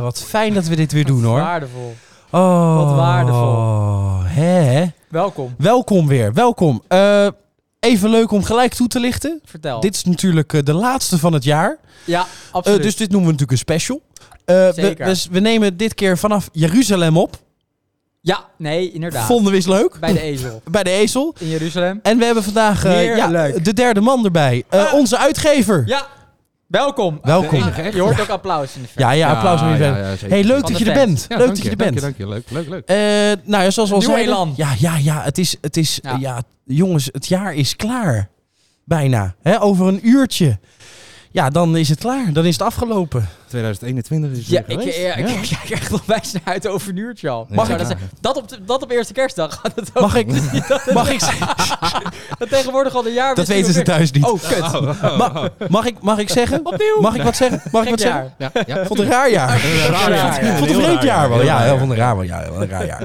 wat fijn dat we dit weer doen hoor. Waardevol. Oh, Wat waardevol. Hè, hè. Welkom. Welkom weer, welkom. Eh, even leuk om gelijk toe te lichten. Vertel. Dit is natuurlijk eh, de laatste van het jaar. ja, Eh, absoluut. dus dit noemen we natuurlijk een special. Eh, we, Zeker. dus we nemen dit keer vanaf Jeruzalem op. ja, nee, inderdaad. Vonden we eens leuk. Bij de ezel Bij de Ezel. in Jeruzalem. En we hebben vandaag eh, Weer ja, leuk. de derde man erbij. Eh, Ah. Onze uitgever. Ja, welkom. Welkom. Ah, Je hoort ook applaus in de verte. Ja, ja, applaus voor je verder. Hey, leuk Van dat de je er fans. bent. Ja, leuk dank dat je er dank bent. Dank je, leuk, leuk, leuk. Eh, nou ja, zoals we al Nieuw zeiden. elan. Ja, ja, ja. Het is, het is, Ja. ja. ja, jongens, het jaar is klaar. Bijna. Hè? Over een uurtje. Ja, dan is het klaar. Dan is het afgelopen. 2021 is het Ja, weer ik, geweest. eh, ik Ja. kijk echt onwijs naar uit over een uurtje al. Mag Zou ik- dat, zeggen? dat, op de- dat op eerste kerstdag. Dat, ook- Mag ik, mag ik, dat tegenwoordig al een jaar... dat weer- weten ze thuis niet. Oh, kut. Ma- mag, ik, mag ik zeggen? Opnieuw. Mag ik wat zeggen? Mag ik Gek wat zeggen? jaar. Ja, ja. Ik vond het een raar jaar. Raar jaar. Ik vond het een vreemd jaar wel. Ja, ik vond het een raar wel. Ja, wel een raar jaar.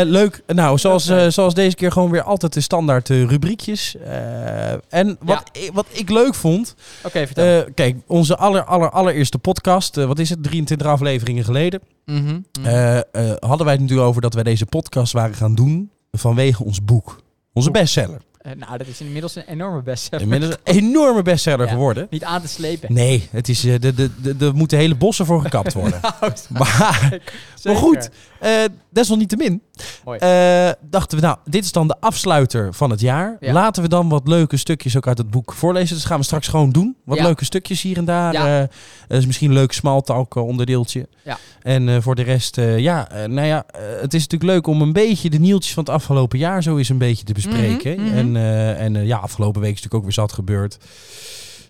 Eh, leuk. Nou, zoals, eh, zoals deze keer gewoon weer altijd de standaard eh, rubriekjes. Eh, en wat, ik, wat ik leuk vond... Oké, vertel. eh, kijk, onze aller, aller, allereerste podcast, eh, wat is het, 23 afleveringen geleden, Mhm, mhm. eh, eh, hadden wij het natuurlijk over dat wij deze podcast waren gaan doen vanwege ons boek. Onze bestseller. Eh, nou, dat is inmiddels een enorme bestseller. Inmiddels een enorme bestseller Ja. geworden. Niet aan te slepen. Nee, het is, eh, de de de- er moeten hele bossen voor gekapt worden. Maar Oh, Zeker. goed. Eh, desalniettemin Mooi. eh, dachten we, nou, dit is dan de afsluiter van het jaar. Ja. Laten we dan wat leuke stukjes ook uit het boek voorlezen. Dus dat gaan we straks gewoon doen. Wat Ja. leuke stukjes hier en daar. Ja. Eh, er is misschien een leuk smalltalk eh, onderdeeltje. Ja. En eh, voor de rest, eh, ja, eh, nou ja, eh, het is natuurlijk leuk om een beetje de nieuwtjes van het afgelopen jaar zo eens een beetje te bespreken. Mhm, mhm. En, eh, en eh, ja, afgelopen week is natuurlijk ook weer zat gebeurd.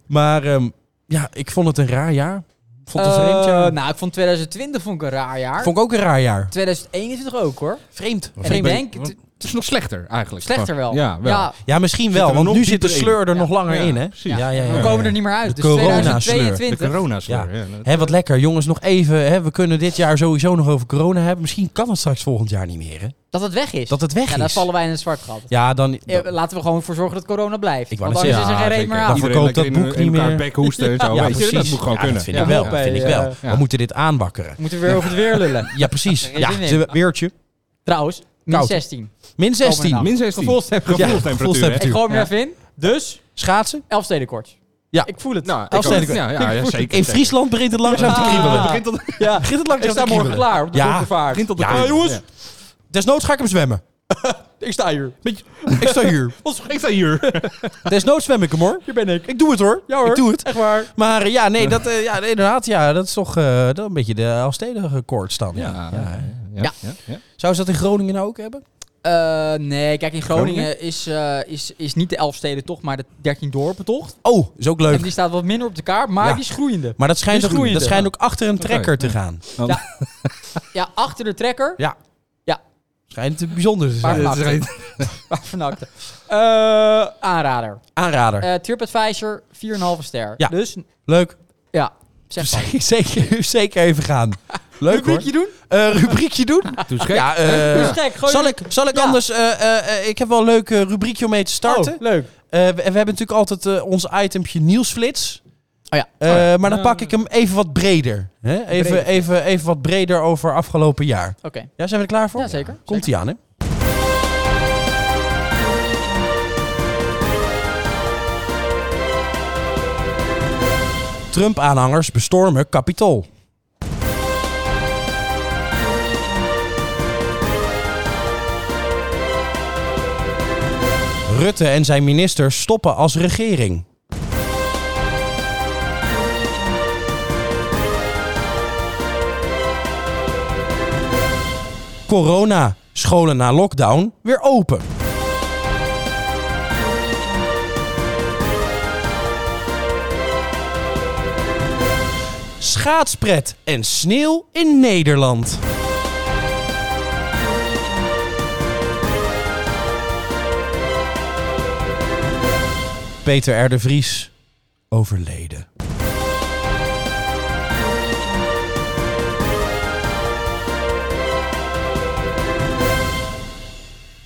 Maar ehm, ja, ik vond het een raar jaar. Ik Vond het een vreemd jaar. Eh, nou, ik vond 2020 vond ik een raar jaar. Vond ik ook een raar jaar. 2021 ook hoor. Vreemd. En ik Vreemd. denk, want- t- Het is nog slechter eigenlijk. slechter wel. Ja, wel. Ja, Ja, misschien Zit wel, er want nog nu zit de dieper in. sleur er nog Ja. langer Ja, in, hè? precies. we Ja. komen er niet meer uit. De dus corona-sleur. 2022. De corona-sleur. Ja. Ja. dat- Hé, wat lekker. Jongens, nog even. Hè, we kunnen dit jaar sowieso nog over corona hebben. Misschien kan het straks volgend jaar niet meer, hè? Dat het weg is. Dat het weg ja, dan is. vallen wij in een zwart gat. Ja, dan... Eh, Laten we gewoon voor zorgen dat corona blijft. Ik wou Want net anders zeggen, is er geen reet meer zeker. aan. Ja, Iedereen verkoopt dat lekker in- boek in niet elkaar meer. bekhoesten en zo. Ja, weet je, dat precies. moet gewoon Ja, kunnen. dat vind ik wel. Dat Bij, vind ik eh, wel. We moeten dit aanwakkeren. Moeten we weer over het weer lullen. Ja, precies. geen Ja, zin in. het is een weertje. Trouwens, min Koud. 16. Min 16. Komende Min 16. Gevoelstemperatuur. Ja, Gevoelstemperatuur. gevoelstemperatuur. hè? Ik gooi hem er even in. Ja. Dus, Schaatsen. Elfstedenkoorts. Ja. Ik voel het. Nou, ik Afstand. ook. Ja, ja, ja, zeker. Ah. In Friesland begint het langzaam te Ja. kriebelen. Begint dat- ja. Begint het langzaam Ik te sta morgen kriebelen. klaar op de Ja. boulevard. Begint dat te Ja, kriebelen. jongens. Desnoods ga ik hem zwemmen. Ik sta hier. Ik sta hier. Wat ik sta hier? Desnoods zwem ik hem, hoor. Hier ben ik. Ik doe het, hoor. Ja hoor. Ik doe het. Echt waar. Maar eh, ja, nee, dat, eh, ja, nee, inderdaad, ja, dat is toch eh, dat een beetje de Elfstedige koorts dan. Ja. Ja. hè. Ja. Ja. ja, ja. Zou ze dat in Groningen nou ook hebben? Eh, nee, kijk, in Groningen, Groningen? Is, eh, is, is niet de Elfsteden toch, maar de 13 dorpentocht. Oh, is ook leuk. En die staat wat minder op de kaart, maar Ja. die is groeiende. Maar dat schijnt, die ook, groeien dat er. schijnt ook achter een Oké. trekker te gaan. Ja, achter de trekker. Ja. Schijnt het bijzonder te zijn. Maar- Het is geen- Maar vernakte. Eh, aanrader. Aanrader. Eh TripAdvisor, 4,5 ster. Ja. Dus, leuk. Dus ja, zeg maar. zeker, zeker even gaan. Leuk Rubriekje doen? hoor. Eh, rubriekje doen? Doe het gek. Ja, Dat eh, is gek. Gooi zal je- ik, zal ik Ja. anders... eh, eh, eh, ik heb wel een leuk eh, rubriekje om mee te starten. Oh, leuk. Eh, we, we hebben natuurlijk altijd eh, ons itempje nieuwsflits. Oh ja. Eh, Oh ja. Maar dan Ja. pak ik hem even wat breder. Hè? Even, Breder. Even, even wat breder over afgelopen jaar. Oké. Ja, zijn we er klaar voor? Ja, zeker. Komt ie aan, hè? Trump-aanhangers bestormen Capitool. Rutte en zijn ministers stoppen als regering. Corona. Scholen na lockdown weer open. Schaatspret en sneeuw in Nederland. Peter R. de Vries overleden.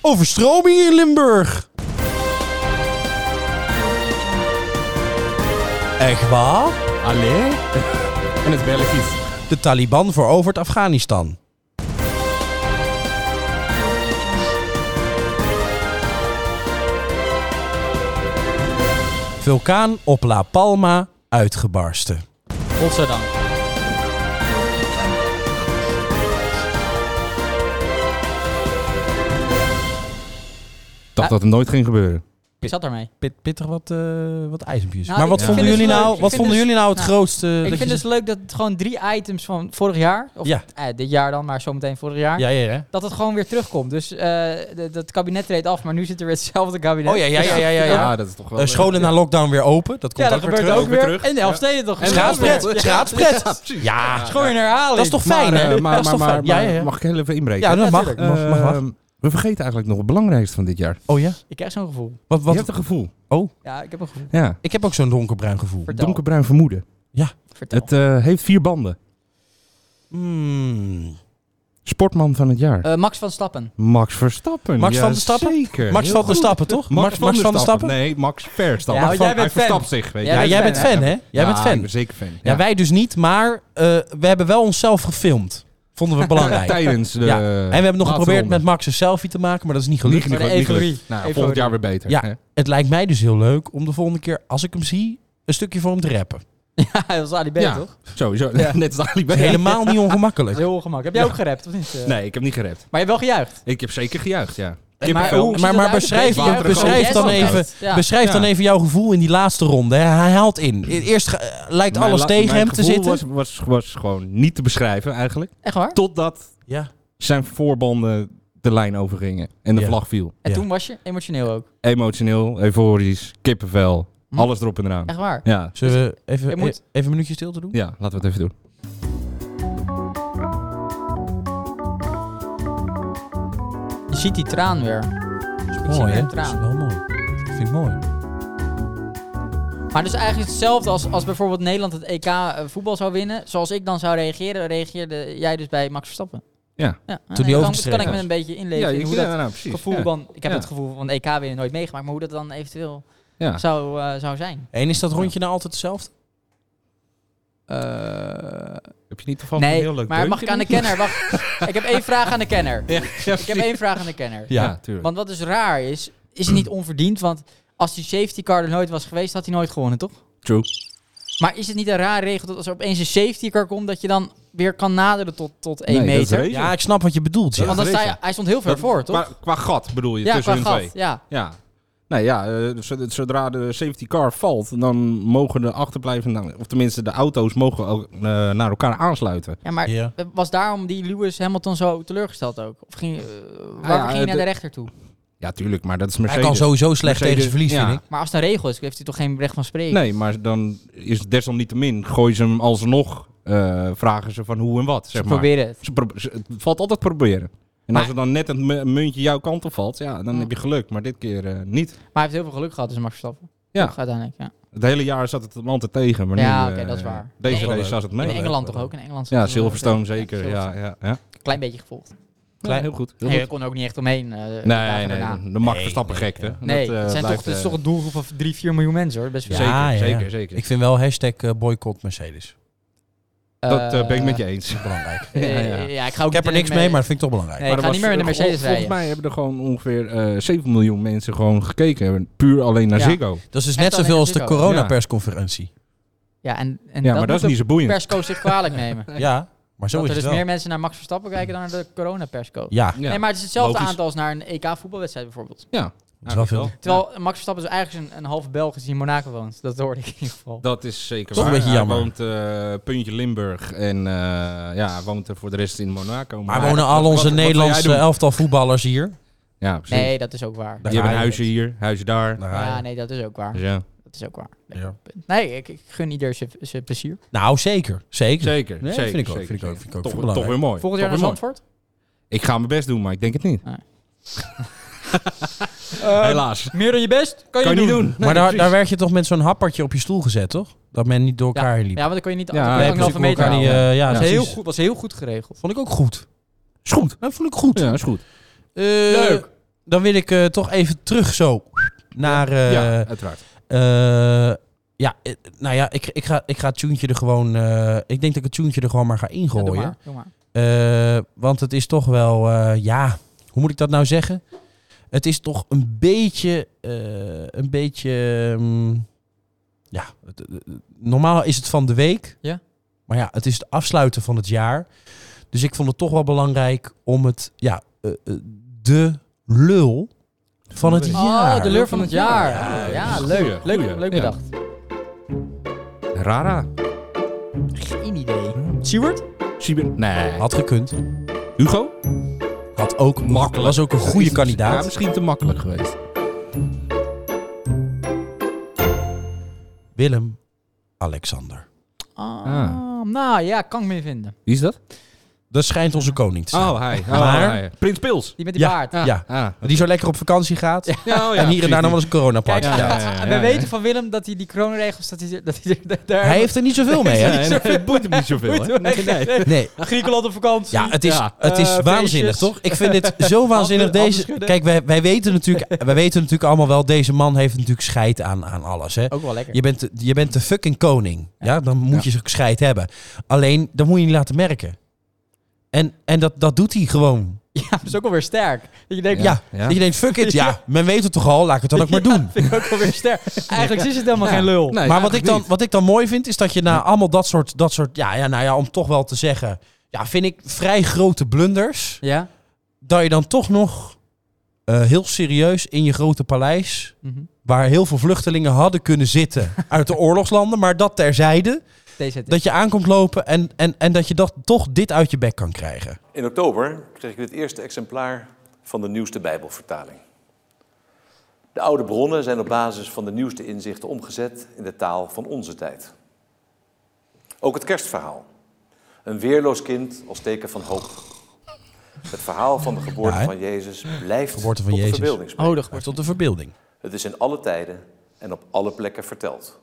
Overstroming in Limburg. Echt waar? Allee? En het belletje. De Taliban verovert Afghanistan. Vulkaan op La Palma uitgebarsten. Godzijdank. Ik dacht dat het nooit ging gebeuren. Ik zat daarmee. Pit, pittig wat, eh, wat ijzerpjes. Nou, maar wat ik vonden, vind het jullie leuk. nou, Ik wat vind vonden dus- jullie nou het nou, grootste? dat Ik je vind ze- dus leuk dat het gewoon drie items van vorig jaar, of Ja. eh, dit jaar dan, maar zometeen vorig jaar, ja, ja, ja. dat het gewoon weer terugkomt. Dus eh, de- dat kabinet treedt af, maar nu zit er weer hetzelfde kabinet. Oh ja, ja, ja, ja, ja. ja. dat is toch wel... Eh, scholen na lockdown weer open. Dat Ja, komt dat ook weer gebeurt terug. ook weer. terug. En de Elfsteden toch. En Schaatspret. Ja. Schaatspret. Ja, precies. Ja. Gewoon in herhaling. Dat is toch Maar, fijn, eh, hè? maar, Dat is maar, toch maar, fijn? Ja, ja, ja. maar mag ik heel even inbreken? Ja, dat mag. tuurlijk. mag, mag, mag. Ehm, we vergeten eigenlijk nog het belangrijkste van dit jaar. Eh, Oh ja? Ik krijg zo'n gevoel. Wat, Je wat, hebt een gevoel. Ja, ik heb een gevoel. Ja. ik heb ook zo'n donkerbruin gevoel. Vertel. Donkerbruin vermoeden. Vertel. Het eh, heeft vier banden. Hmm. Sportman van het jaar. Eh, Max van Stappen. Max Verstappen. Max van der Stappen? Zeker. Max van der Stappen, toch? Nee, Max Verstappen. Ja, Max want jij van- bent hij fan. verstapt zich, weet Ja, je. Ja, bent jij fan, bent fan, hè? hè? Jij bent Ja, Ik fan. ben zeker fan. Ja, wij dus niet, maar eh, we hebben wel onszelf gefilmd. Vonden we belangrijk. en Tijdens de... Ja. we hebben nog laatste geprobeerd ronde. met Max een selfie te maken, maar dat is niet gelukt. Maar de niet gelukt. euforie. Nou, Euforie. volgend jaar weer beter. Ja. hè. Het lijkt mij dus heel leuk om de volgende keer, als ik hem zie, een stukje voor hem te rappen. Ja, dat was Ali B, Ja. toch? Sowieso. Ja. Net als Ali B. Dat is helemaal niet Dat is ongemakkelijk. heel ongemakkelijk. Heb jij ook gerept, of niet? Eh, Nee, ik heb niet gerept. Maar je hebt wel gejuicht. Ik heb zeker gejuicht, ja. maar Kippenvel. hoe ziet Maar- dat maar uit? beschrijf- Een beetje beschrijf juichen. dan Yes, even- Ja. Beschrijf dan Ja. even jouw gevoel in die laatste ronde. hè. Hij haalt in. E- Eerst ge- eh, lijkt Mijn alles la- tegen mijn hem te gevoel zitten. Was, was, was gewoon niet te beschrijven eigenlijk. Echt waar? Totdat Ja. zijn voorbanden de lijn overgingen en de Ja. vlag viel. En Ja. toen was je emotioneel ook. Emotioneel, euforisch, kippenvel, Hm. alles erop en eraan. Echt waar. Ja. Zullen we even, Je moet- e- even een minuutje stil te doen? ja, laten we het even doen. Je ziet die traan weer. Ik zie Mooi, weer hè? een Dat is traan. wel mooi. Dat vind ik mooi. Maar dus eigenlijk hetzelfde als, als bijvoorbeeld Nederland het EK eh, voetbal zou winnen. Zoals ik dan zou reageren, reageerde jij dus bij Max Verstappen. Ja. ja. Toen die kan, overgestreken ik me was. een beetje inleven in hoe dat precies. gevoel ja. dan... Ik heb Ja. het gevoel van EK winnen nooit meegemaakt, maar hoe dat dan eventueel Ja. zou, eh, zou zijn. En is dat rondje nou altijd hetzelfde? Heb je niet toevallig een nee, heel leuk maar mag ik aan de deuntje? kenner? Wacht, ik heb één vraag aan de kenner. Ja, ja, Ik heb één vraag aan de kenner. Ja. Ja, tuurlijk. Want wat dus raar is, is het niet onverdiend. Want als die safety car er nooit was geweest, had hij nooit gewonnen, toch? True. Maar is het niet een raar regel dat als er opeens een safety car komt, dat je dan weer kan naderen tot, tot één Nee, dat is meter? raar. Ja, ik snap wat je bedoelt. Ja. Want dan sta je, regel. hij stond heel ver voor, toch? Qua, qua gat bedoel je, ja, qua tussen hun gat. twee. Ja. Ja. Nee, ja, eh, zod- zodra de safety car valt, dan mogen de achterblijvende, of tenminste de auto's, mogen ook, eh, naar elkaar aansluiten. ja, maar Ja. was daarom die Lewis Hamilton zo teleurgesteld ook? Of ging, eh, waarvoor Ah, ja, ging je naar de- de rechter toe? Ja, tuurlijk, maar dat is Hij Mercedes. kan sowieso slecht Mercedes, tegen zijn verlies, ja. vind ik. Maar als het een regel is, heeft hij toch geen recht van spreken? Nee, maar dan is desalniettemin, gooien ze hem alsnog, eh, vragen ze van hoe en wat, Ze zeg maar. proberen Dus het. Ze probe- ze- het valt altijd proberen. En Maar- als er dan net een mu- muntje jouw kant op valt, ja, dan Hm. heb je geluk. Maar dit keer eh, niet. Maar hij heeft heel veel geluk gehad, dus Max Verstappen. Ja. Toch, uiteindelijk, ja. Het hele jaar zat het hem altijd tegen, maar Ja, nu... eh, oké, dat is waar. Deze Nee. race zat het Ja, In leuk, mee. Engeland wel toch leuk. ook? In Engeland Ja, zat er- Silverstone zeker, ja, Silverstone. ja, ja. Klein beetje gevolgd. Klein, heel goed. Heel Hey, goed. Daar kon ook niet echt omheen. eh, de Nee, dagen nee, daarna. de Max Nee, Verstappen nee, gekte. ja. Nee, Dat, eh, het, zijn toch, blijft, het is eh, toch een doelgroep van 3, 4 miljoen mensen hoor. Best wel. Zeker, Ja, ja, ja. zeker, zeker. Ik vind wel hashtag eh, boycott Mercedes. dat eh, ben ik met je Eh, eens. Belangrijk. eh, Ja, ja. eh, ja, ik, ga ook Ik heb er niet niks mee, maar dat vind ik toch belangrijk. Nee, ik er ga niet was- eh, meer in de Mercedes vol- Volgens rijden. mij hebben er gewoon ongeveer eh 7 miljoen mensen gewoon gekeken. hebben, Puur alleen naar Ja. Ziggo. Dat is dus En net dan zoveel in als de de Ziggo. coronapersconferentie. Ja, en, en Ja, maar dat is niet zo de boeiend. perscoach zich kwalijk nemen. Ja, maar zo dat is er het dus wel. meer mensen naar Max Verstappen kijken dan naar de coronaperscoach. Ja, Ja. Nee, maar het is hetzelfde Logisch. aantal als naar een EK voetbalwedstrijd bijvoorbeeld. dat is wel veel. Terwijl Max Verstappen is eigenlijk een, een halve Belg is die in Monaco woont. Dat hoorde ik in ieder geval. Dat is zeker Toch waar. een beetje jammer. Hij woont eh, puntje Limburg en eh, ja, hij woont er voor de rest in Monaco. Maar wonen wat- al wat- onze wat wil jij Nederlandse doen? elftal voetballers hier. Ja, precies. Nee, dat is ook waar. Daar Die hebben ga je. huizen hier, huizen daar. Daar ga je. Ja, nee, dat is ook waar. Dus ja. Dat is ook waar. Ja. Nee, ik, ik gun ieder zijn- zijn plezier. Nou, zeker. Zeker. Zeker, Nee, zeker. vind ik ook, zeker, vind ik ook, vind ik ook. zeker. Vind ik Toch, toch belangrijk. weer mooi. Volgend Toch jaar naar weer mooi. Zandvoort? Ik ga mijn best doen, maar ik denk het niet. Eh, Helaas. Meer dan je best kan je, Kan je niet niet doen. doen. Maar Nee, daar, precies. daar werd je toch met zo'n happertje op je stoel gezet, toch? Dat men niet door elkaar liep. Ja, want dan kon je niet Ja, ja, Nee, ja, anderhalve precies, meter elkaar niet, houden. eh, ja, was, Ja, heel precies. goed, was heel goed geregeld. Vond ik ook goed. Is goed. Dat vond Nou, ik goed. Ja, is goed. Eh, Leuk. Dan wil ik eh, toch even terug zo naar... eh, ja, uiteraard. eh, ja. Ja, eh, nou ja, ik, ik, ga, ik ga het tuentje er gewoon... eh, ik denk dat ik het tuentje er gewoon maar ga Ja, doe ingooien. maar, doe maar. Eh, want het is toch wel, eh, ja, hoe moet ik dat nou zeggen? Het is toch een beetje, eh, een beetje, mm, ja, het- het- het- normaal is het van de week. Ja. Maar ja, het is het afsluiten van het jaar. Dus ik vond het toch wel belangrijk om het, ja, eh, eh, de lul van het week. jaar. Oh, de leur van het jaar. Ja, Ja, dat is een leuk. Leuk, goeie. Goeie. leuk Ja. bedacht. Rara. Geen idee. Siewert? Sieber. Nee. Had gekund. Oh, Hugo? Had ook makkelijk. Was ook een goede Is- Ja, kandidaat. misschien te makkelijk geweest. Willem Alexander. Ah, Ah. Nou ja, kan ik me vinden. Wie is dat? Dat schijnt onze koning te zijn. Oh, hij. Oh, Maar- hij. Ah. Prins Pils. Die met die baard. Ja. Die zo lekker op vakantie gaat. en hier en daar nog wel eens een coronapakje. Ja, Ja. oh ja, ja, En ja, we ja. weten van Willem dat hij die coronaregels, dat hij, dat hij daar- daar... Hij heeft er niet zoveel mee, hè? Nee, dat vind- boeit hem niet zoveel. hè? Nee, nee. Nee. Griekenland op vakantie. Ja, het is, Ja. het is Eh, waanzinnig, feestjes. toch? Ik vind dit zo waanzinnig. Handen- handen Deze, schudden. kijk, wij, wij, weten natuurlijk, wij weten natuurlijk allemaal wel... deze man heeft natuurlijk scheid aan, aan alles, hè? Ook wel lekker. Je bent, de- je bent de fucking koning. Ja, dan moet Ja. je scheid hebben. Alleen, dat moet je niet laten merken. En, en dat, dat doet hij gewoon. Ja, dat is ook alweer sterk. Dat je denkt, Ja. Ja. Dat je denkt, fuck it, ja, men weet het toch al, laat ik het dan ook maar Ja, doen. vind ik ook alweer sterk. Eigenlijk is het helemaal geen lul. Nee, maar wat ik, dan, eigenlijk wat ik dan mooi vind, is dat je na allemaal dat soort, dat soort ja, ja, nou ja, om toch wel te zeggen, ja, vind ik vrij grote blunders, Ja? dat je dan toch nog eh, heel serieus in je grote paleis, Mhm. waar heel veel vluchtelingen hadden kunnen zitten uit de oorlogslanden, maar dat terzijde, DZT. dat je aankomt lopen en, en, en dat je dat toch dit uit je bek kan krijgen. In oktober kreeg ik het eerste exemplaar van de nieuwste Bijbelvertaling. De oude bronnen zijn op basis van de nieuwste inzichten omgezet in de taal van onze tijd. Ook het kerstverhaal. Een weerloos kind als teken van hoop. Het verhaal van de geboorte Ja, hè? van Jezus blijft Geboorte van tot Jezus. de verbeelding spreken. Oh, dat Maar wordt tot de verbeelding. Het is in alle tijden en op alle plekken verteld.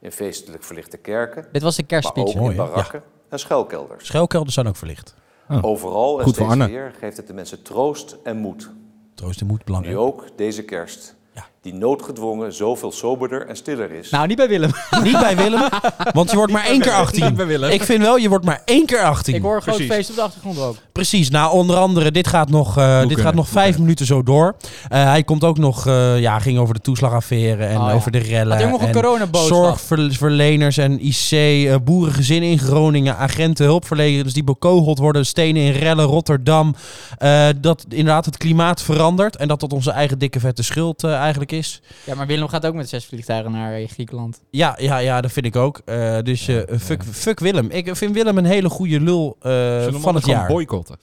In feestelijk verlichte kerken, Dit was de maar kerstspeech. ook hè? Mooi, in hè? barakken en schuilkelders. Schuilkelders zijn ook verlicht. Overal en Goed voor steeds Anne. weer geeft het de mensen troost en moed. Troost en moed, Nu belangrijk. ook deze kerst, Ja. die noodgedwongen zoveel soberder en stiller is. Nou, niet bij Willem. Niet bij Willem, want je wordt maar één keer 18. Ik vind wel, je wordt maar één keer 18. Ik hoor een groot Precies. feest op de achtergrond ook. Precies, nou onder andere, dit gaat nog, eh, dit kunnen, gaat nog moet vijf kunnen. minuten zo door. Eh, hij komt ook nog, eh, ja, ging over de toeslagaffaire en Oh, ja. over de Had rellen. hij ook nog een en coronaboodschap? Zorgverleners en IC, eh, boerengezinnen in Groningen, agenten, hulpverleners die bekogeld worden, stenen in rellen, Rotterdam. Eh, dat inderdaad het klimaat verandert en dat dat onze eigen dikke vette schuld eh, eigenlijk is. Ja, maar Willem gaat ook met zes vliegtuigen naar eh, Griekenland. Ja, ja, ja, dat vind ik ook. Eh, dus eh, fuck, fuck Willem. Ik vind Willem een hele goede lul eh, van het jaar. boycotten? Eh,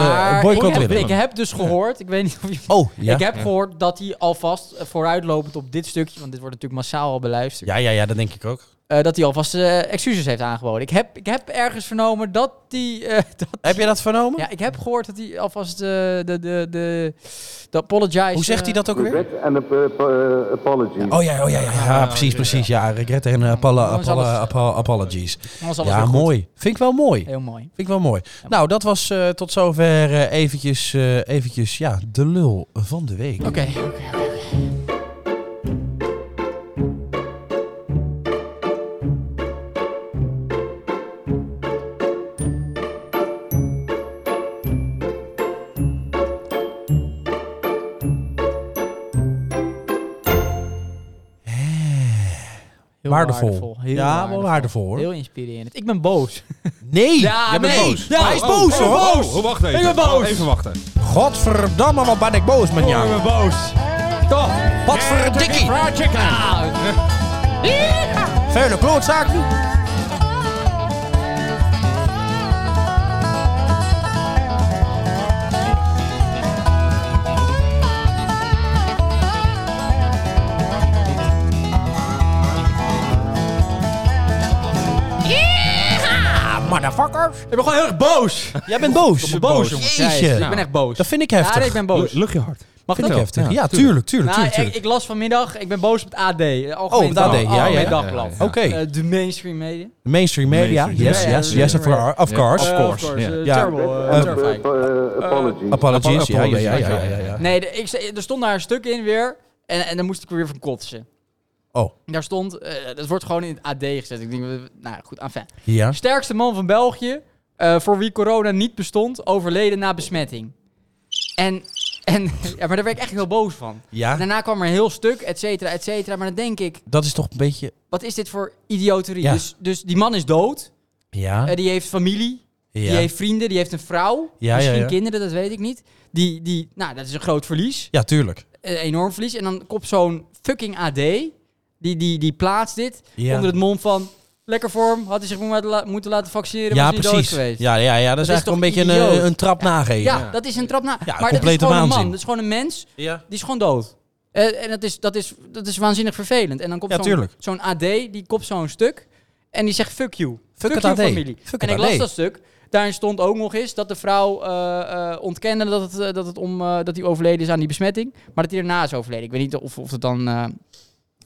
Maar boycott ik, heb, Willem. ik heb dus gehoord, ik weet niet of je... Oh, ja. Ik heb gehoord dat hij alvast eh, vooruitlopend op dit stukje, want dit wordt natuurlijk massaal al beluisterd, Ja, ja, ja, dat denk ik ook. eh, dat hij alvast eh, excuses heeft aangeboden. Ik heb, ik heb ergens vernomen dat hij... eh, dat- Heb je dat vernomen? ja, ik heb gehoord dat hij alvast eh, de, de, de, de, de apologize... Hoe zegt hij eh, dat ook weer? Regret and ap- ap- uh, apologies. Oh ja, oh ja, ja, ja, precies, precies. Ja, regret en eh, apolo- Gewoon apolo- alles- apo- apologies. Anders alles Ja, weer goed. mooi. Vind ik wel mooi. Heel mooi. Vind ik wel mooi. Nou, dat was eh, tot zover eh, eventjes, eh, eventjes ja, de lul van de week. Oké. Heel Waardevol. Heel Ja, wel waardevol, hoor. Heel inspirerend. Ik ben boos. Nee! Ja, Jij bent nee. boos. Ja, hij is boos oh, hoor! Oh, oh, wacht even. Oh, Ik ben boos. Even wachten. Godverdamme, wat ben ik boos met Oh, jou. boos. Toch? Wat verdikkie! Vuile klootzaken! Yeeha, Motherfuckers! Ik ben gewoon heel erg boos. Ik Jij bent boos. ben boos, jongens. Ja, Jeetje. Ik ben echt boos. Dat vind ik Ja, heftig. nee, ik ben boos. Lucht je hard. Mag vind ik dat? heftig. Ja, Ja, tuurlijk, tuurlijk, Nou, tuurlijk. ik, tuurlijk. ik las vanmiddag, ik ben boos op het AD. eh, Algemeen Oh, het AD, Dag- ja, Algemeen ja. Dagblad. Ja, Oké. Eh, de mainstream media. Mainstream media. Mainstream Yes, media. yes, yes, of, course. of Ja. course. Eh, course, ja. eh, Ja. Terrible. eh, Eh, Ap- terrifying. ap- uh, apologies. Apologies. Apo- Ja, ja, ja, apologies, ja, ja, ja, ja. Nee, de- ik, ze- er stond daar een stuk in weer. En, en dan moest ik weer van kotsen. Oh, Daar stond, eh, dat wordt gewoon in het AD gezet. Ik denk, eh, nou goed, enfin. ja. Sterkste man van België, eh, voor wie corona niet bestond, overleden na besmetting. En, en ja, maar daar werd ik echt heel boos van. Ja, Daarna kwam er een heel stuk, et cetera, et cetera. Maar dan denk ik, dat is toch een beetje... wat is dit voor idioterie? Ja. Dus, dus die man is dood, Ja, eh, die heeft familie, die ja. heeft vrienden, die heeft een vrouw. Ja, misschien ja, ja. kinderen, dat weet ik niet. Die, die, nou, dat is een groot verlies. ja, tuurlijk. Een enorm verlies. En dan komt zo'n fucking AD, die, die, die plaatst dit Ja. onder het mond van... Lekker vorm, had hij zich moeten laten- moeten laten vaccineren, Ja, was hij dood precies. geweest. Ja, ja, ja, dat is Dat eigenlijk is wel een toch beetje een, idioot? eh, een trap nageven. Ja, dat is een trap na. Ja, maar dat is complete gewoon een man, waanzin. dat is gewoon een mens, ja. die is gewoon dood. Eh, en dat is, dat, is, dat is waanzinnig vervelend. En dan komt Ja, zo'n, tuurlijk. zo'n AD, die kopt zo'n stuk en die zegt fuck you. Fuck, het you AD. familie. Fuck en het ik las AD. dat stuk. Daarin stond ook nog eens dat de vrouw eh, eh, ontkende dat het, eh, dat het om eh, dat hij overleden is aan die besmetting. Maar dat hij daarna is overleden. Ik weet niet of, of het dan eh,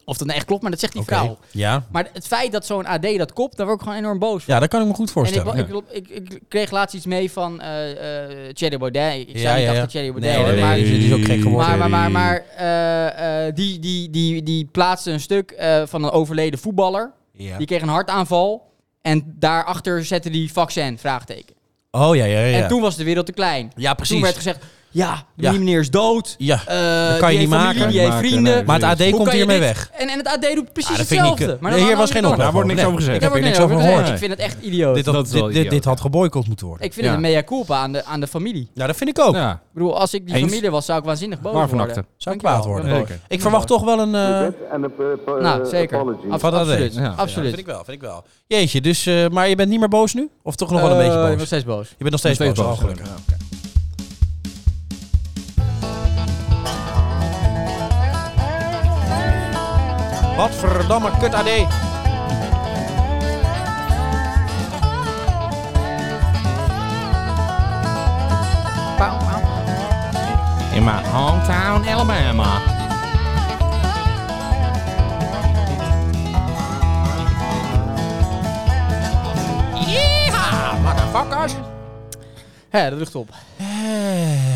of dat nou echt klopt, maar dat zegt die Oké. vrouw. Ja. Maar het feit dat zo'n AD dat kopt, daar word ik gewoon enorm boos van. ja, dat kan ik me goed En ik, voorstellen. wa- ik, ik, ik kreeg laatst iets mee van eh eh Thierry Baudet. Ik Ja, zei niet ja, ja. achter Thierry Baudet, Nee, hoor, nee, maar, nee, die is dus ook gek geworden. maar, maar, maar, maar, eh, eh, die, die, die, die plaatste een stuk eh, van een overleden voetballer. Ja. Die kreeg een hartaanval. En daarachter zette die vaccin, vraagteken. Oh, ja, ja, ja. En toen was de wereld te klein. ja, Toen precies. werd gezegd, ja, die Ja. meneer is dood. Ja, Eh, je die niet heeft familie, maken. Die heeft Maken, vrienden. nee. maar het AD Hoe komt kan je hiermee dit- weg. En, en het AD doet precies Ah, dat vind ik niet hetzelfde. kunnen. Maar Nee, dan hier aan was de geen andere ophef kant. Daar wordt niks Nee. over gezegd. Ik heb er hier niks niks over over gezegd. gehoord. Ik vind het echt idioot. Dit, Dat had, is wel dit, dit, dit idioot, had geboycott moeten worden. Ik vind het Ja. een mea culpa aan de, aan de familie. Nou, dat vind ik ook. Ja, Ik bedoel, als ik die Eens. familie was, zou ik waanzinnig boos Waarvan worden. akte. Zou Dankjewel. kwaad worden. Boos. Zeker. Ik verwacht toch wel een... eh, Regret and a, uh, po- Nou, uh, zeker. apology. Af- Van dat absoluut. deed. Ja. Ja, absoluut. vind ik wel, vind ik wel. Jeetje, dus, eh, maar je bent niet meer boos nu? Of toch nog wel een Eh, beetje Ik ben nog boos? steeds boos. Je bent nog steeds, steeds boos, boos. oh, gelukkig. Ja, Wat verdamme kut AD. in mijn hometown Alabama. Hé, dat lucht op.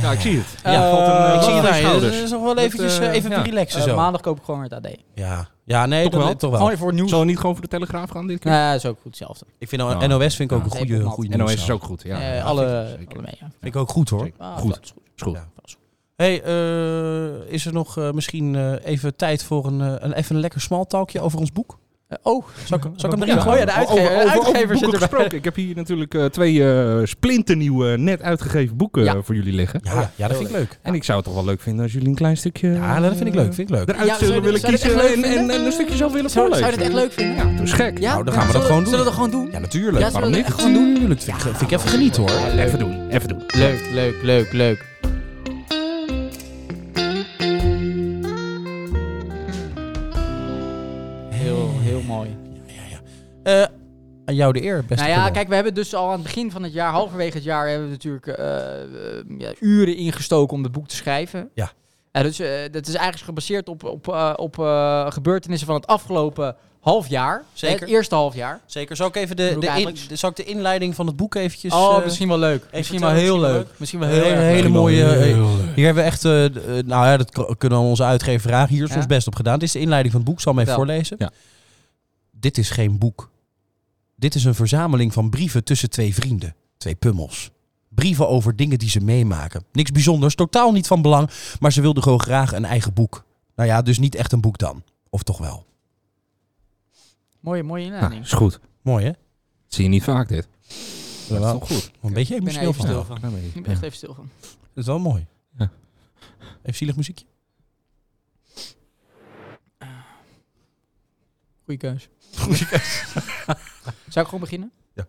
Ja, ik zie het. Ja, Eh, valt een, eh, ik ik zie zie je je daar, schouders. Dat is nog wel Dat, eventjes eh, eh, even ja. relaxen Eh, zo. maandag koop ik gewoon weer het AD. Ja, ja nee, Toch dat, wel? toch wel. Gewoon voor het nieuws. Zullen we niet gewoon voor de Telegraaf gaan dit keer? Nee, dat is ook goed hetzelfde. Ik vind nou, Ja. NOS vind ik ook Ja, een goede, zeker. goede En NOS nieuwszaal. is ook goed. Ja, Eh, ja, alle, zeker. alle mee, ja. Vind ik ook goed hoor. Zeker. Ah, Goed. dat is goed. Is goed. Ja. hey, eh, is er nog eh, misschien eh, even tijd voor een, eh, een, even een lekker smaltalkje over ons boek? Eh, oh, Zal ik, zal ik hem Ja. erin Oh gooien? de uitgever- over- de over- uitgever over zit boeken erbij. gesproken. Ik heb hier natuurlijk eh, twee eh splinternieuwe, net uitgegeven boeken Ja. eh, voor jullie liggen. Ja, ja, dat vind ik leuk. En ik zou het toch wel leuk vinden als jullie een klein stukje Ja, dat vind ik leuk. eh, Vind ik leuk. eruit Ja, zou je- zullen willen zou je het kiezen echt leuk en, en, vinden? en een stukje zelf willen Zou, zou voorlezen. je dat echt leuk vinden? Ja. Dat is gek. Ja? Nou, dan gaan we dat Zullen- gewoon doen. Zullen we dat gewoon doen? Ja, natuurlijk. Ja, zullen Waarom we niet? dat echt gewoon doen? Tuurlijk. Vind ik, vind ik even genieten hoor. Even doen, even doen. Leuk, leuk, leuk, leuk. Heel, heel mooi. Eh, aan jou de eer, beste Nou ja, Koen. kijk, we hebben dus al aan het begin van het jaar, halverwege het jaar, hebben we natuurlijk eh, eh, ja, uren ingestoken om het boek te schrijven. Ja. Ja, dus, eh, dat is eigenlijk gebaseerd op, op, eh, op eh, gebeurtenissen van het afgelopen half jaar. Zeker. Het eerste half jaar. Zeker. Zal ik even de, Doe de, ik in, eigenlijk. de- zal ik de inleiding van het boek eventjes... oh, eh, misschien wel leuk. Misschien wel vertellen, misschien heel wel leuk. Misschien wel Een heel hele, erg leuk. hele mooie... eh, hier hebben we echt... eh, d- eh, nou ja, dat k- kunnen we onze uitgever vragen. Hier is Ja. ons best op gedaan. Dit is de inleiding van het boek. Ik zal hem even Vertel. voorlezen. Ja. Dit is geen boek. Dit is een verzameling van brieven tussen twee vrienden. Twee pummels. Brieven over dingen die ze meemaken. Niks bijzonders, totaal niet van belang. Maar ze wilden gewoon graag een eigen boek. Nou ja, dus niet echt een boek dan. Of toch wel. Mooie, mooie Nou, inleiding. is goed. Mooi, hè? zie je niet vaak dit. Dat is Wel. toch goed. Een beetje ik ben er emotioneel even van. stil van. Klein beetje. Ik ben echt even stil van. Dat is wel mooi. Ja. Even zielig muziekje. Goeie keus. Zou ik gewoon beginnen? Ja.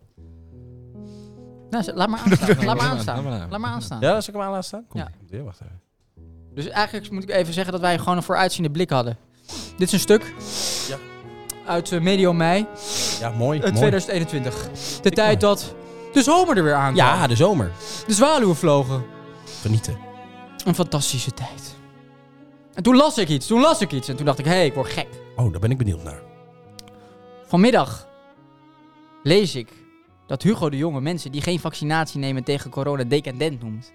Nou, z- laat maar aanstaan. laat maar Laat maar aanstaan. aan. Laat maar aanstaan. Ja, dat zal ik hem aan laten staan. Kom. Ja. Ja, wacht even. Dus eigenlijk moet ik even zeggen dat wij gewoon een vooruitziende blik hadden. Dit is een stuk. Ja. Uit eh, medio mei Ja, mooi. eh, mooi. 2021. De tijd dat de zomer er weer aan Ja, de zomer. De zwaluwen vlogen. Genieten. Een fantastische tijd. En toen las ik iets. Toen las ik iets. En toen dacht ik, hé, hey, ik word gek. Oh, daar ben ik benieuwd naar. Vanmiddag lees ik dat Hugo de Jonge mensen die geen vaccinatie nemen tegen corona decadent noemt.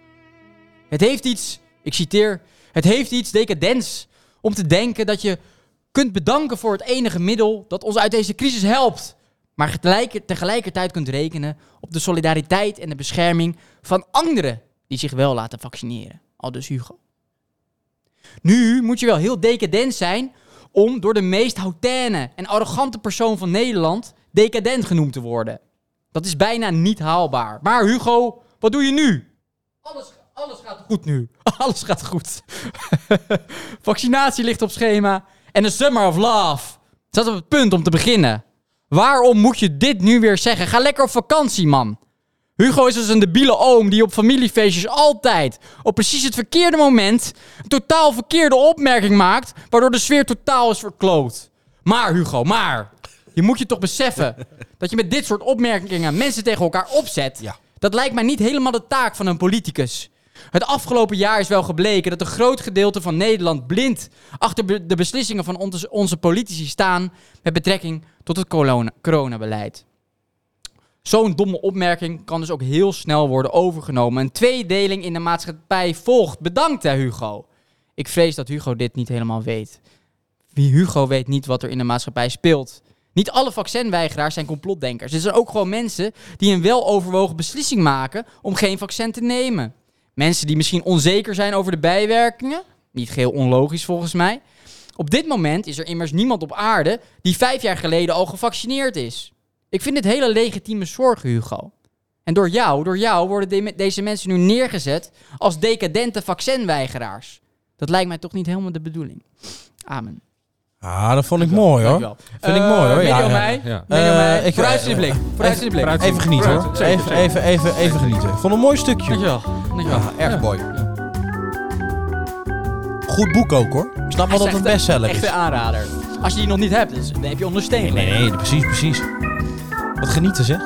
Het heeft iets, ik citeer, het heeft iets decadents om te denken dat je kunt bedanken voor het enige middel dat ons uit deze crisis helpt. Maar gelijk- tegelijkertijd kunt rekenen op de solidariteit en de bescherming van anderen die zich wel laten vaccineren. Al dus Hugo. Nu moet je wel heel decadent zijn om door de meest hautaine en arrogante persoon van Nederland decadent genoemd te worden. Dat is bijna niet haalbaar. Maar Hugo, wat doe je nu? Alles, alles gaat goed nu. Alles gaat goed. Vaccinatie ligt op schema. En de Summer of Love staat op het punt om te beginnen. Waarom moet je dit nu weer zeggen? Ga lekker op vakantie, man. Hugo is dus een debiele oom die op familiefeestjes altijd op precies het verkeerde moment een totaal verkeerde opmerking maakt, waardoor de sfeer totaal is verkloot. Maar Hugo, maar je moet je toch beseffen dat je met dit soort opmerkingen mensen tegen elkaar opzet. Ja. Dat lijkt mij niet helemaal de taak van een politicus. Het afgelopen jaar is wel gebleken dat een groot gedeelte van Nederland blind achter be- de beslissingen van onze- onze politici staan met betrekking tot het corona- coronabeleid. Zo'n domme opmerking kan dus ook heel snel worden overgenomen. Een tweedeling in de maatschappij volgt. Bedankt, hè, Hugo. Ik vrees dat Hugo dit niet helemaal weet. Wie Hugo weet niet wat er in de maatschappij speelt. Niet alle vaccinweigeraars zijn complotdenkers. Er zijn ook gewoon mensen die een weloverwogen beslissing maken om geen vaccin te nemen. Mensen die misschien onzeker zijn over de bijwerkingen. Niet geheel onlogisch volgens mij. Op dit moment is er immers niemand op aarde die vijf jaar geleden al gevaccineerd is. Ik vind dit hele legitieme zorgen, Hugo. En door jou, door jou worden de- deze mensen nu neergezet als decadente vaccinweigeraars. Dat lijkt mij toch niet helemaal de bedoeling. Amen. Ah, dat vond ik mooi hoor. Vind ik mooi, hoor. Medio Ja, ja, mij. ja. Medio Eh, mij. ik- Vooruit in de blik. Vooruit in de blik. Vooruit. Even genieten hoor. Even, even, even, even genieten. Ik vond een mooi stukje. Dankjewel. Dankjewel. Ja, erg mooi. Goed boek ook hoor. Ik snap wel dat het Hij een is echt bestseller is. Echte aanrader. Als je die nog niet hebt, dus, dan heb je onder steen Nee, gelegen. nee, precies, precies. Wat genieten zeg.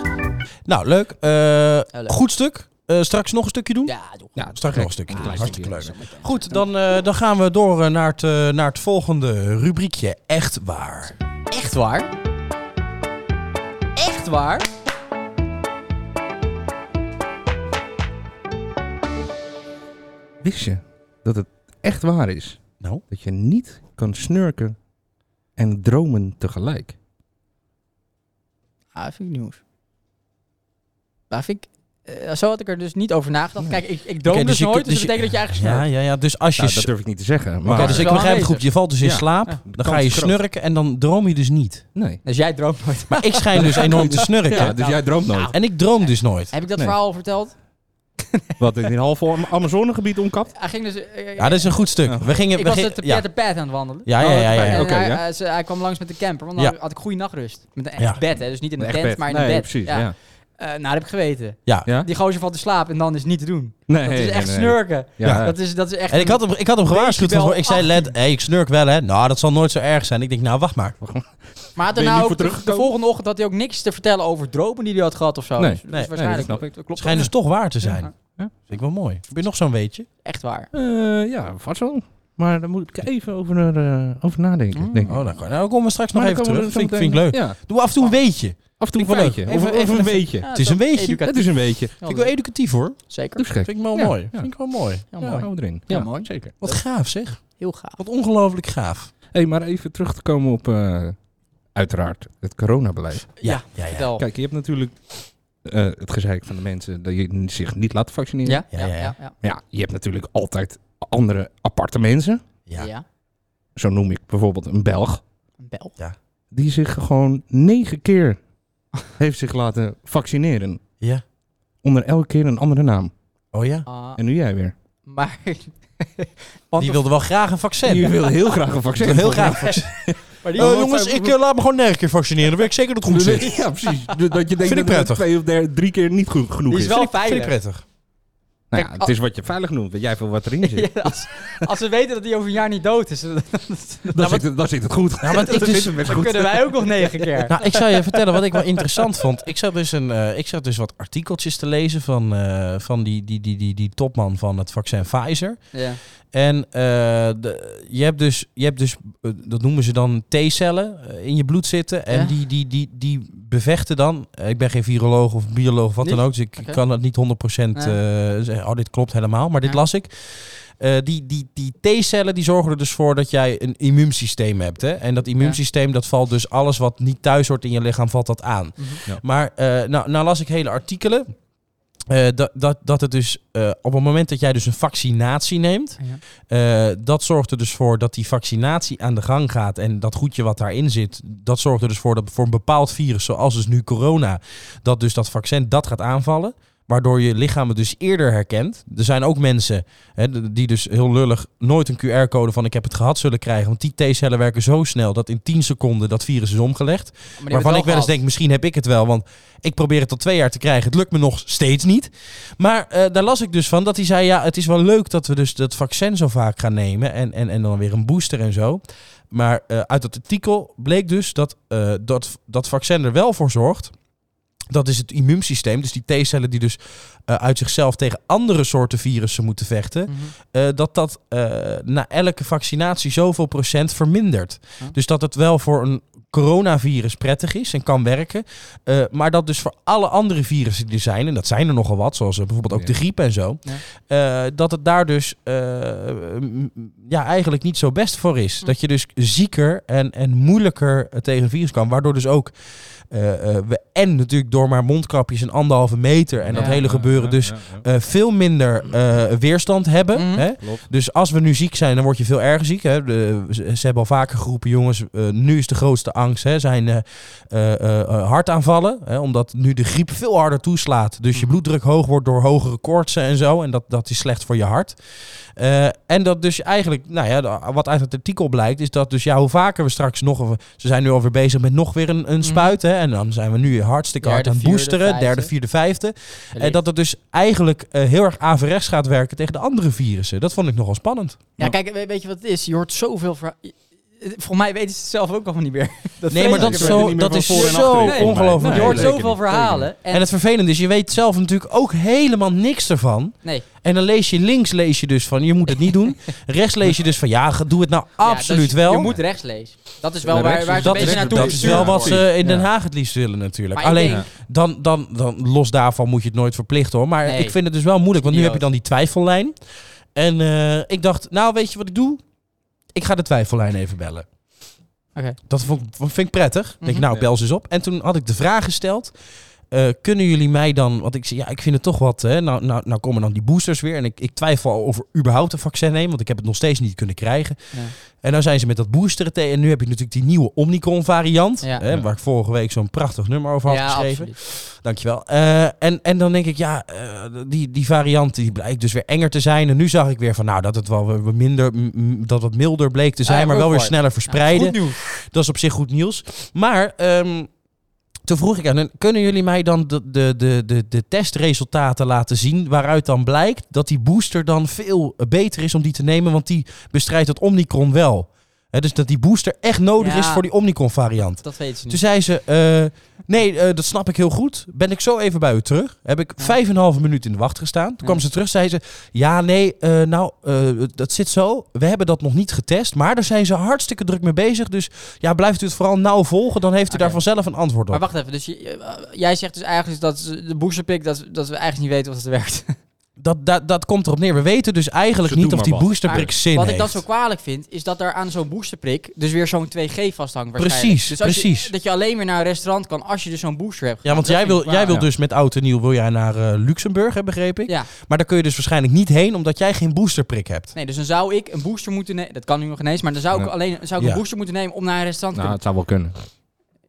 Nou, leuk. Eh, leuk. Goed stuk. Eh, straks nog een stukje doen. Ja, doe. Ja, Straks nog een stukje doen. klein Hartstikke leuk. stukje. Goed, dan, eh, dan gaan we door eh, naar, het, eh, naar het volgende rubriekje. Echt waar. Echt waar? Echt waar? Wist je dat het echt waar is Nou, dat je niet kan snurken en dromen tegelijk? Nou, Ah, dat vind ik nieuws. Dat vind ik... eh, zo had ik er dus niet over nagedacht. Kijk, ik, ik droom Oké, dus, je nooit, kunt- dus dat je- betekent dat je eigenlijk Ja, snurkt. ja, ja. Dus als je... Nou, s- dat durf ik niet te zeggen. Maar Oké, dat dus is ik wel begrijp het goed. aanwezig. Je valt dus in Ja. slaap, Ja. dan Kans ga je is groot. snurken en dan droom je dus niet. nee. Dus jij droomt nooit. Maar ik schijn dus enorm te snurken. Ja, nou, dus jij droomt nooit. En ik droom dus nooit. Heb ik dat Nee. verhaal al verteld? Wat in een half Amazonegebied omkapt? Hij ging dus... eh, Ja, dat is een goed stuk. Ja. We gingen... we ik was gingen- het te ja. Peter Pat aan het wandelen. Ja, ja, ja, ja, En ja. Oh, oké, hij, ja. hij- ze- hij kwam langs met de camper, want dan Ja. had ik goede nachtrust. Met een echt Ja. bed, hè. Dus niet in een Echt bed, maar in nee, een bed. precies. Ja. Ja. Eh, nou, dat heb ik geweten. Ja. Ja? Die gozer valt in slaap en dan is niet te doen. Nee, dat is nee, echt nee. snurken. Ja. Dat, is, dat is echt... En ik had hem, ik had hem gewaarschuwd. Decibel Van, ik zei, let, hey, ik snurk wel hè. Nou, dat zal nooit zo erg zijn. Ik denk, nou, wacht maar. Maar had er Ben je nou niet ook voor de, de teruggekomen? volgende ochtend had hij ook niks te vertellen over dromen die hij had gehad of zo. Nee, Dus- nee, dus waarschijnlijk nee, dat snap ik. klopt. Schijnt dus toch waar te zijn. Ja. Ja. Vind ik wel mooi. Heb je nog zo'n weetje? Echt waar. Eh, ja, vast wel. Maar daar moet ik even over, eh, over nadenken. Denk ik. Oh, dan, nou, komen we straks nog Maar dan even komen we terug. zo Vind, ik- meteen- vind ik leuk. Ja, Doe af en toe een weetje. af en toe Ik een vond het feitje. leuk. Even, Even- even een even- beetje. Ja, Het is een weetje. educatief. Het is een beetje. Vind ik wel educatief hoor. Zeker. Doe gek. Vind ik wel Ja, mooi. ja. Vind ik wel mooi. Ja, Ja, mooi. hou erin. Ja, mooi. Zeker. Wat gaaf zeg. Heel gaaf. Wat ongelooflijk gaaf. hey, maar even terug te komen op, eh, uiteraard, het coronabeleid. Ja, ja, ja. Vertel. Kijk, je hebt natuurlijk eh, het gezeik van de mensen dat je zich niet laat vaccineren. Ja, Ja, ja, ja, ja. ja. ja, Maar ja, je hebt natuurlijk altijd andere aparte mensen. Ja. Ja. Zo noem ik bijvoorbeeld een Belg. Een bel. Die zich gewoon negen keer heeft zich laten vaccineren. Ja. Onder elke keer een andere naam. Oh ja? Ah, En nu jij weer. maar... Want Die wilde wel graag een vaccin. Je wil heel graag Oh, een vaccin. Wil heel graag een vaccin. maar die- Eh, jongens, ik eh, laat me gewoon negen keer vaccineren. Dan weet ik zeker dat het goed zit. Ja, precies. Dat je denkt dat ik het prettig. twee of der- drie keer niet goed genoeg Die is. is wel Vind ik- Vind ik veilig. prettig. Nou ja, Kijk, het is wat je veilig noemt. Weet jij veel wat erin zit? Ja, als, als ze weten dat hij over een jaar niet dood is, dan, Dan, zit het, dan zit het goed. want ik Dan dus- zit het best dan goed. kunnen wij ook nog negen keer. Nou, ik zou je vertellen wat ik wel interessant vond. Ik zat dus, een, eh, ik zat dus wat artikeltjes te lezen van, eh, van die, die, die, die, die topman van het vaccin Pfizer. Ja. En eh, de, je hebt dus, je hebt dus eh, dat noemen ze dan T-cellen eh, in je bloed zitten. En Ja. die, die, die, die bevechten dan. eh, ik ben geen viroloog of bioloog of wat Niet? dan ook, dus ik Oké. kan dat niet 100% eh, zeggen. eh, oh, dit klopt helemaal, maar dit Ja. las ik. Eh, die, die, die T-cellen die zorgen er dus voor dat jij een immuunsysteem hebt. Hè? En dat immuunsysteem dat valt dus alles wat niet thuis hoort in je lichaam, valt dat aan. Mhm. Ja. Maar eh, nou, nou las ik hele artikelen. eh, dat, dat, dat het dus eh, op het moment dat jij dus een vaccinatie neemt, Ja. eh, dat zorgt er dus voor dat die vaccinatie aan de gang gaat. En dat goedje wat daarin zit, dat zorgt er dus voor dat voor een bepaald virus, zoals dus nu corona, dat dus dat vaccin dat gaat aanvallen. Waardoor je lichaam het dus eerder herkent. Er zijn ook mensen hè, d- die dus heel lullig nooit een QR-code van ik heb het gehad zullen krijgen. Want die T-cellen werken zo snel dat in 10 seconden dat virus is omgelegd. Maar die hebben het Waarvan ik wel eens gehad. denk, misschien heb ik het wel. Want ik probeer het al twee jaar te krijgen. Het lukt me nog steeds niet. Maar eh, daar las ik dus van dat hij zei... ja, het is wel leuk dat we dus dat vaccin zo vaak gaan nemen... en, en, en dan weer een booster en zo. Maar eh, uit dat artikel bleek dus dat, eh, dat dat vaccin er wel voor zorgt... dat is het immuunsysteem. Dus die T-cellen die dus eh, uit zichzelf tegen andere soorten virussen moeten vechten... Mhm. eh, dat dat eh, na elke vaccinatie zoveel procent vermindert. Ja. Dus dat het wel voor een coronavirus prettig is en kan werken. eh, maar dat dus voor alle andere virussen die er zijn, en dat zijn er nogal wat, zoals eh, bijvoorbeeld ook de Ja. griep en zo, eh, dat het daar dus eh, m- m- ja, eigenlijk niet zo best voor Hm. is. Dat je dus zieker en, en moeilijker eh, tegen een virus kan, waardoor dus ook eh, eh, we en natuurlijk door maar mondkapjes en anderhalve meter en dat Ja. hele gebeuren dus eh, veel minder eh, weerstand hebben. Mhm. Hè? Klopt. Dus als we nu ziek zijn, dan word je veel erger ziek. Hè? De, ze ze hebben al vaker geroepen, jongens, eh, nu is de grootste angst. Hè, zijn eh, eh, eh, hartaanvallen. Hè? Omdat nu de griep veel harder toeslaat. Mhm. Dus je bloeddruk hoog wordt door hogere koortsen en zo. En dat, dat is slecht voor je hart. Eh, en dat dus eigenlijk, nou ja, da- wat uit het artikel blijkt, is dat dus ja, hoe vaker we straks nog... een- Ze zijn nu alweer bezig met nog weer een, een spuit. Hè? En dan zijn we nu hartstikke hard aan Mhm. Derde, het vierde, boosteren. vijfde. Derde, vierde, vijfde. Wellicht. En dat het dus eigenlijk eh, heel erg averechts gaat werken tegen de andere virussen. Dat vond ik nogal spannend. Ja, kijk, we- weet je wat het is? Je hoort zoveel verha- Volgens mij weten ze het zelf ook allemaal niet meer. nee, maar dat, ik is weet zo, het niet dat meer van is voor en zo achter. Nee, ongelooflijk. maar- je hoort nee, zeker zoveel niet, verhalen. En, En het vervelende is, je weet zelf natuurlijk ook helemaal niks ervan. nee, En dan lees je links, lees je dus van, je moet het niet doen. Rechts lees je dus van, ja, ge- doe het nou Ja, absoluut dus wel. Je moet rechts lezen. Dat is wel Ja, waar, rechts waar is- ze dat een beetje is, naartoe dat is gestuurd wel wat worden. ze in Den Ja. Haag het liefst willen natuurlijk. Maar ik Alleen, denk- dan, dan, dan los daarvan moet je het nooit verplichten hoor. Maar Nee. ik vind het dus wel moeilijk, want nu heb je Idioot. dan die twijfellijn. En eh, ik dacht, nou weet je wat ik doe? Ik ga de twijfellijn even bellen. Oké. Dat vond, ik- vind ik prettig. Ik Denk, Mhm. nou, bel ze eens op. En toen had ik de vraag gesteld. eh, kunnen jullie mij dan, want ik zei, ja, ik vind het toch wat, hè, nou, nou, nou komen dan die boosters weer. En ik, ik twijfel al of er überhaupt een vaccin neem, want ik heb het nog steeds niet kunnen krijgen. Ja. En nou zijn ze met dat boosteren tegen. En nu heb je natuurlijk die nieuwe Omicron variant. Ja. Hè, waar ik vorige week zo'n prachtig nummer over had Ja, geschreven. absoluut. Dankjewel. Eh en, en dan denk ik, ja, eh, die, die variant die blijkt dus weer enger te zijn. En nu zag ik weer van, nou, dat het wel weer minder, m- m- dat wat milder bleek te zijn, Ah, ja, maar wel weer hoor. sneller verspreiden. Goed nieuws. dat is op zich goed nieuws. Maar ehm, toen vroeg ik aan hen, kunnen jullie mij dan de, de, de, de, de testresultaten laten zien waaruit dan blijkt dat die booster dan veel eh, beter is om die te nemen, want die bestrijdt het Omicron wel. Hè, dus dat die booster echt nodig Ja. is voor die Omicron variant. Dat weten ze Toen niet. zei ze, eh, nee, eh, dat snap ik heel goed. Ben ik zo even bij u terug. Heb ik Ja. vijf en een halve minuut in de wacht gestaan. Toen kwam Ja. ze terug, zei ze, ja, nee, eh, nou, eh, dat zit zo. We hebben dat nog niet getest, maar daar zijn ze hartstikke druk mee bezig. Dus ja, blijft u het vooral nauw volgen, dan heeft u Oké. daar vanzelf een antwoord op. Ah, Maar wacht even, dus je- je- eh, jij zegt dus eigenlijk dat ze- de boosterpick, dat, dat we eigenlijk niet weten of het werkt. dat, dat, dat komt erop neer. We weten dus eigenlijk Ze niet of doen maar die wat. boosterprik zin Ah, Wat heeft. ik dan zo kwalijk vind, is dat er aan zo'n boosterprik dus weer zo'n 2G vasthangt waarschijnlijk. Precies, dus als je- precies. dat je alleen weer naar een restaurant kan als je dus zo'n booster hebt. ja, want gedaan. jij Dat vind wil, jij ik wil Ja. dus met oud en nieuw wil jij naar eh, Luxemburg, hè, begreep ik. kwalijk. Ja. Maar daar kun je dus waarschijnlijk niet heen, omdat jij geen boosterprik hebt. Nee, dus dan zou ik een booster moeten nemen. Dat kan nu nog ineens, maar dan zou ik Ja. alleen zou ik Ja. een booster moeten nemen om naar een restaurant te kunnen. Nou, het zou wel kunnen.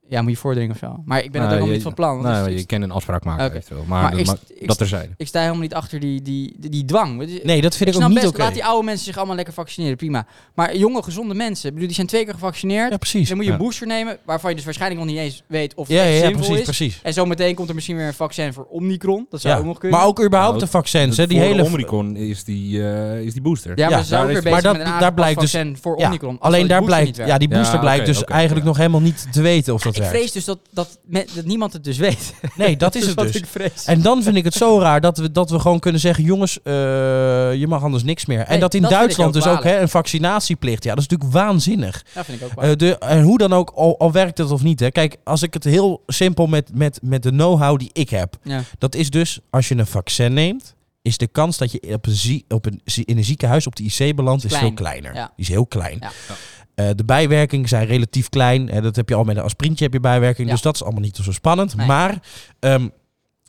Ja, moet je voordringen of zo. Maar ik ben het Nou, ook al je- niet van plan. want nou, het is- je kan een afspraak maken Oké. eventueel. Maar, Maar dat, ik- ma- ik- dat terzijde. ik sta helemaal niet achter die, die, die, die dwang. Nee, ik, Nee, dat vind ik, snap ook niet best, oké. laat die oude mensen zich allemaal lekker vaccineren, prima. Maar jonge, gezonde mensen, ik bedoel, die zijn twee keer gevaccineerd. Ja, precies. Dus Dan moet je een Ja. booster nemen, waarvan je dus waarschijnlijk nog niet eens weet of het Ja, echt ja, ja, zinvol precies, is. precies. En zometeen komt er misschien weer een vaccin voor Omicron. Dat zou Ja. ook nog kunnen. Maar ook überhaupt Nou, de vaccins, hè? Die Voor de hele. Omicron is die, eh, is die booster. ja, maar ja, ze zijn ook daar weer is- bezig maar dat- met een daar aangepast blijkt dus- vaccin voor Ja, Omicron. als alleen die daar booster blijkt, niet ja, die booster Ja, blijkt oké, dus oké, eigenlijk ja. nog helemaal niet te weten of dat werkt. Ik werkt. vrees dus dat, dat, me- dat niemand het dus weet. Nee, dat is Dus het wat dus. ik vrees. En dan vind ik het zo raar dat we, dat we gewoon kunnen zeggen: jongens, eh, je mag anders niks meer. En Nee, dat in dat vind ik Duitsland heel dus ook kwalijk. hè, een vaccinatieplicht. Ja, dat is natuurlijk waanzinnig. dat vind ik ook wel. Eh, de, en hoe dan ook, al, al werkt het of niet. Hè. Kijk, als ik het heel simpel met, met, met de know-how die ik heb. ja. Dat is dus als je een vaccin neemt, is de kans dat je op een zie- op een, zie- in een ziekenhuis op de IC belandt, is Klein. veel kleiner. Ja. Die is heel klein. Ja. Eh, de bijwerkingen zijn relatief klein. Eh, dat heb je al met een aspirintje heb je bijwerking. Ja. Dus dat is allemaal niet zo spannend. Nee. Maar ehm,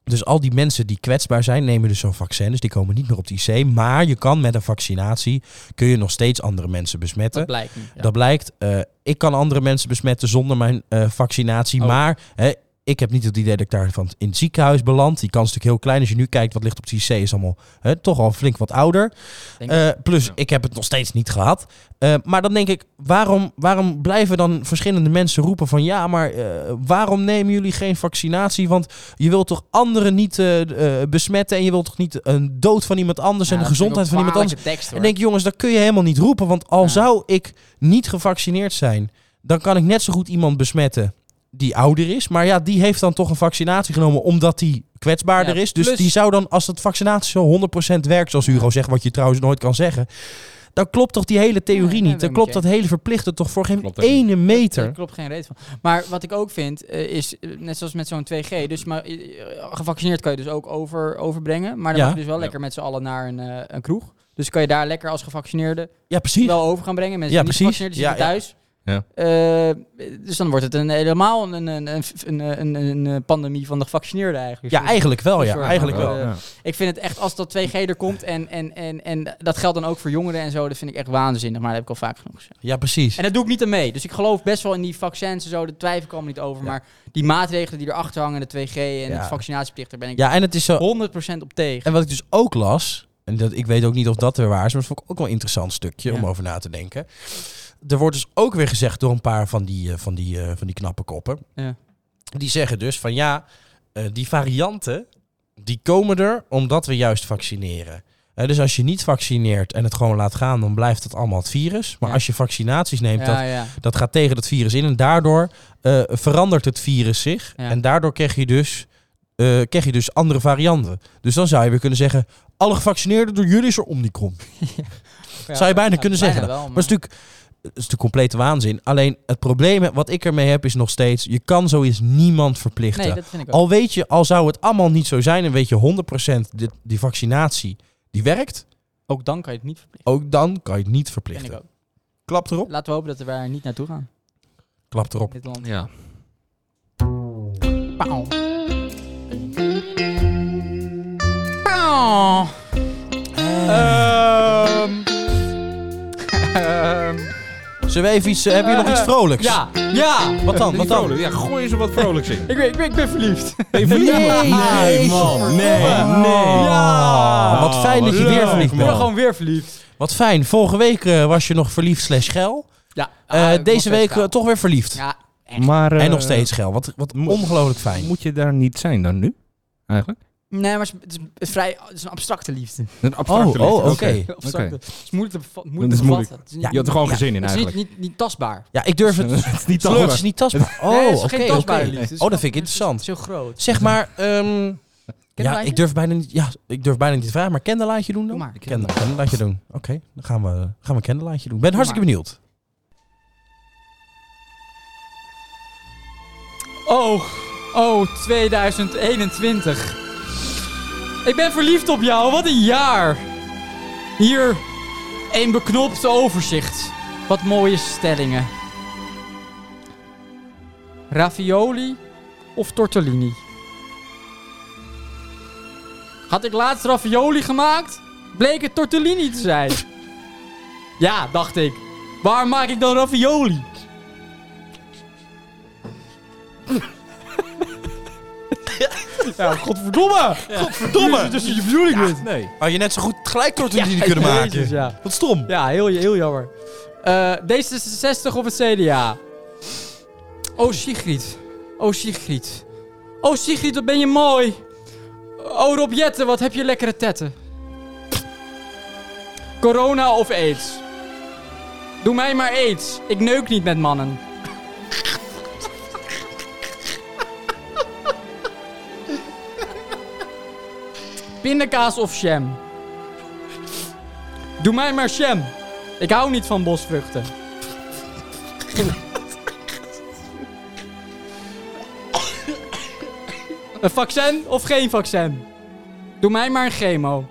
dus al die mensen die kwetsbaar zijn, nemen dus zo'n vaccin. Dus die komen niet meer op de IC. Maar je kan met een vaccinatie kun je nog steeds andere mensen besmetten. Dat blijkt niet. Ja. eh, Dat blijkt. eh, ik kan andere mensen besmetten zonder mijn eh, vaccinatie. Oh. Maar hè, ik heb niet het idee dat ik daarvan in het ziekenhuis beland. Die kans is natuurlijk heel klein. Als je nu kijkt wat ligt op de IC, is allemaal hè, toch al flink wat ouder. Denk Eh, plus, ik heb het nog steeds niet gehad. Eh, maar dan denk ik, waarom, waarom blijven dan verschillende mensen roepen van... ja, maar eh, waarom nemen jullie geen vaccinatie? Want je wilt toch anderen niet eh, eh, besmetten... en je wilt toch niet een dood van iemand anders... Ja, en de dat vind ik gezondheid ook van iemand anders... kwalijke tekst, hoor. En denk, jongens, dat kun je helemaal niet roepen. Want al Ja. zou ik niet gevaccineerd zijn, dan kan ik net zo goed iemand besmetten die ouder is. Maar ja, die heeft dan toch een vaccinatie genomen omdat die kwetsbaarder Ja, is. Dus plus- die zou dan, als dat vaccinatie zo 100% werkt, zoals Hugo zegt, wat je trouwens nooit kan zeggen. Dan klopt toch die hele Nee, theorie nee, niet. Dan ben klopt ik dat hele verplichte toch voor geen Klopt ook ene meter. Daar klopt geen reet van. Maar wat ik ook vind, eh, is eh, net zoals met zo'n 2G, dus maar, eh, gevaccineerd kan je dus ook over, overbrengen. Maar dan Ja. mag je dus wel lekker met z'n allen naar een, eh, een kroeg. Dus kan je daar lekker als gevaccineerde Ja, precies. wel over gaan brengen. Mensen Ja, die niet precies. gevaccineerd die zitten Ja, ja. thuis. Ja. Eh, dus dan wordt het een, helemaal een, een, een, een, een, een, een pandemie van de gevaccineerden eigenlijk. Ja, eigenlijk wel. Ja, Sorry, eigenlijk maar, wel. eh, Ik vind het echt, als dat 2G er komt en, en, en, en dat geldt dan ook voor jongeren en zo, dat vind ik echt waanzinnig. Maar dat heb ik al vaak genoeg gezegd. Ja, precies. En dat doe ik niet aan mee. Dus ik geloof best wel in die vaccins en zo. De twijfel kwam niet over. Maar die maatregelen die erachter hangen, de 2G en Ja. de vaccinatieplicht, daar ben ik Ja, en het is zo 100% op tegen. En wat ik dus ook las, en dat, ik weet ook niet of dat er waar is, maar dat vond ik ook wel een interessant stukje om Ja. over na te denken. Er wordt dus ook weer gezegd door een paar van die, eh, van die, eh, van die knappe koppen. Ja. Die zeggen dus van ja, eh, die varianten, die komen er omdat we juist vaccineren. Eh, dus als je niet vaccineert en het gewoon laat gaan, dan blijft het allemaal het virus. Maar Ja. als je vaccinaties neemt, dat, Ja, ja. dat gaat tegen dat virus in. En daardoor eh, verandert het virus zich. Ja. En daardoor krijg je, dus, eh, krijg je dus andere varianten. Dus dan zou je weer kunnen zeggen... alle gevaccineerden door jullie is er Omicron. Zou je bijna kunnen zeggen. bijna wel, Maar dat is natuurlijk, dat is natuurlijk complete waanzin. Alleen het probleem wat ik ermee heb is nog steeds... je kan zoiets niemand verplichten. Nee, dat vind ik ook. Al weet je, al zou het allemaal niet zo zijn... en weet je 100% dit, die vaccinatie die werkt... Ook dan kan je het niet verplichten. ook dan kan je het niet Vind ik verplichten. ook. Klap erop. Laten we hopen dat we daar niet naartoe gaan. Klap in erop. Dit land. Ja. Pauw. Pauw. Ehm. Ehm. Zullen we even iets... eh, hebben jullie nog iets vrolijks? Ja, ja. Wat dan? Wat dan? Ja, gooi ze wat vrolijks in. Ik ben, ik ben, ik ben verliefd. Nee, nee, man. Nee, nee. Ja. Ah, Wat fijn dat je wat weer leuk, verliefd Ik ben bent. gewoon weer verliefd. Wat fijn. Vorige week eh, was je nog verliefd slash geil. Ja. Eh, deze week eh, toch weer verliefd. Ja, Maar, eh, En nog steeds geil. Wat, wat mo- ongelooflijk fijn. Moet je daar niet zijn dan nu? Eigenlijk? nee, maar het is, het is een vrij, het is een abstracte liefde. Een Oh, abstracte oh oké. liefde. Abstracte. Het is moeilijk te, beva- Dat moeilijk is te moeilijk. bevatten. Het is Ja, niet, Je had er gewoon geen zin in het is niet, eigenlijk. niet, niet tastbaar. Ja, ik durf het. Het is niet Slurp is tastbaar. niet tastbaar. Nee, het Oh, is oké. geen tastbare oké. liefde. Het is Oh, dat vind ik gewoon- Het interessant. is heel groot. Zeg maar, ehm, ja, Kinderlijntje? ik durf bijna niet, ja, ik durf bijna niet te vragen, maar kenderlaatje doen dan? Doe maar. Kender- Kenderlaatje doen. Oké, dan gaan we, gaan we kenderlaatje doen. Ik ben hartstikke benieuwd. Oh, oh, 2021. Ik ben verliefd op jou, wat een jaar. Hier een beknopt overzicht. Wat mooie stellingen. Ravioli of tortellini? Had ik laatst ravioli gemaakt, bleek het tortellini te zijn. Ja, dacht ik. Waar maak ik dan ravioli? Ja, godverdomme! Godverdomme! Dus je bedoeling niet. Nee. Had je net zo goed gelijk tortellini Ja, kunnen maken. jezus, ja. Wat stom. Ja, heel, heel jammer. Eh, D66 of het CDA? Oh Sigrid. Oh Sigrid. Oh Sigrid, wat ben je mooi. Oh Rob Jetten, wat heb je lekkere tetten. Corona of AIDS? Doe mij maar AIDS. Ik neuk niet met mannen. Pindakaas of jam? Doe mij maar jam. Ik hou niet van bosvruchten. een vaccin of geen vaccin? Doe mij maar een chemo.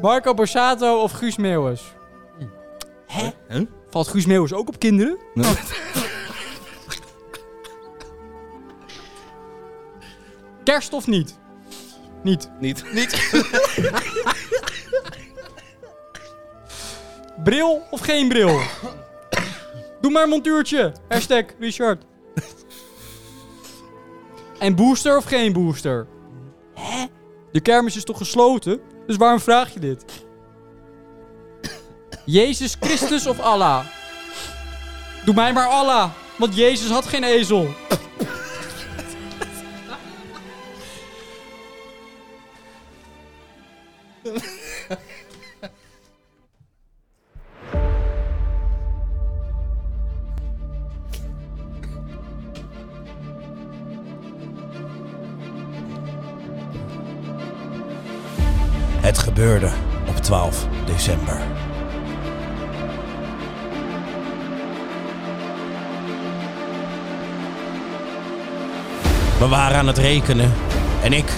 Marco Borsato of Guus Meeuwis? Hè? Huh? Valt Guus Meeuwis ook op kinderen? Kerst of niet? Niet. Niet. Bril of geen bril? Doe maar een montuurtje. Hashtag Richard. En booster of geen booster? Hè? De kermis is toch gesloten? Dus waarom vraag je dit? Jezus Christus of Allah? Doe mij maar Allah, want Jezus had geen ezel. Het gebeurde op 12 december. We waren aan het rekenen en ik,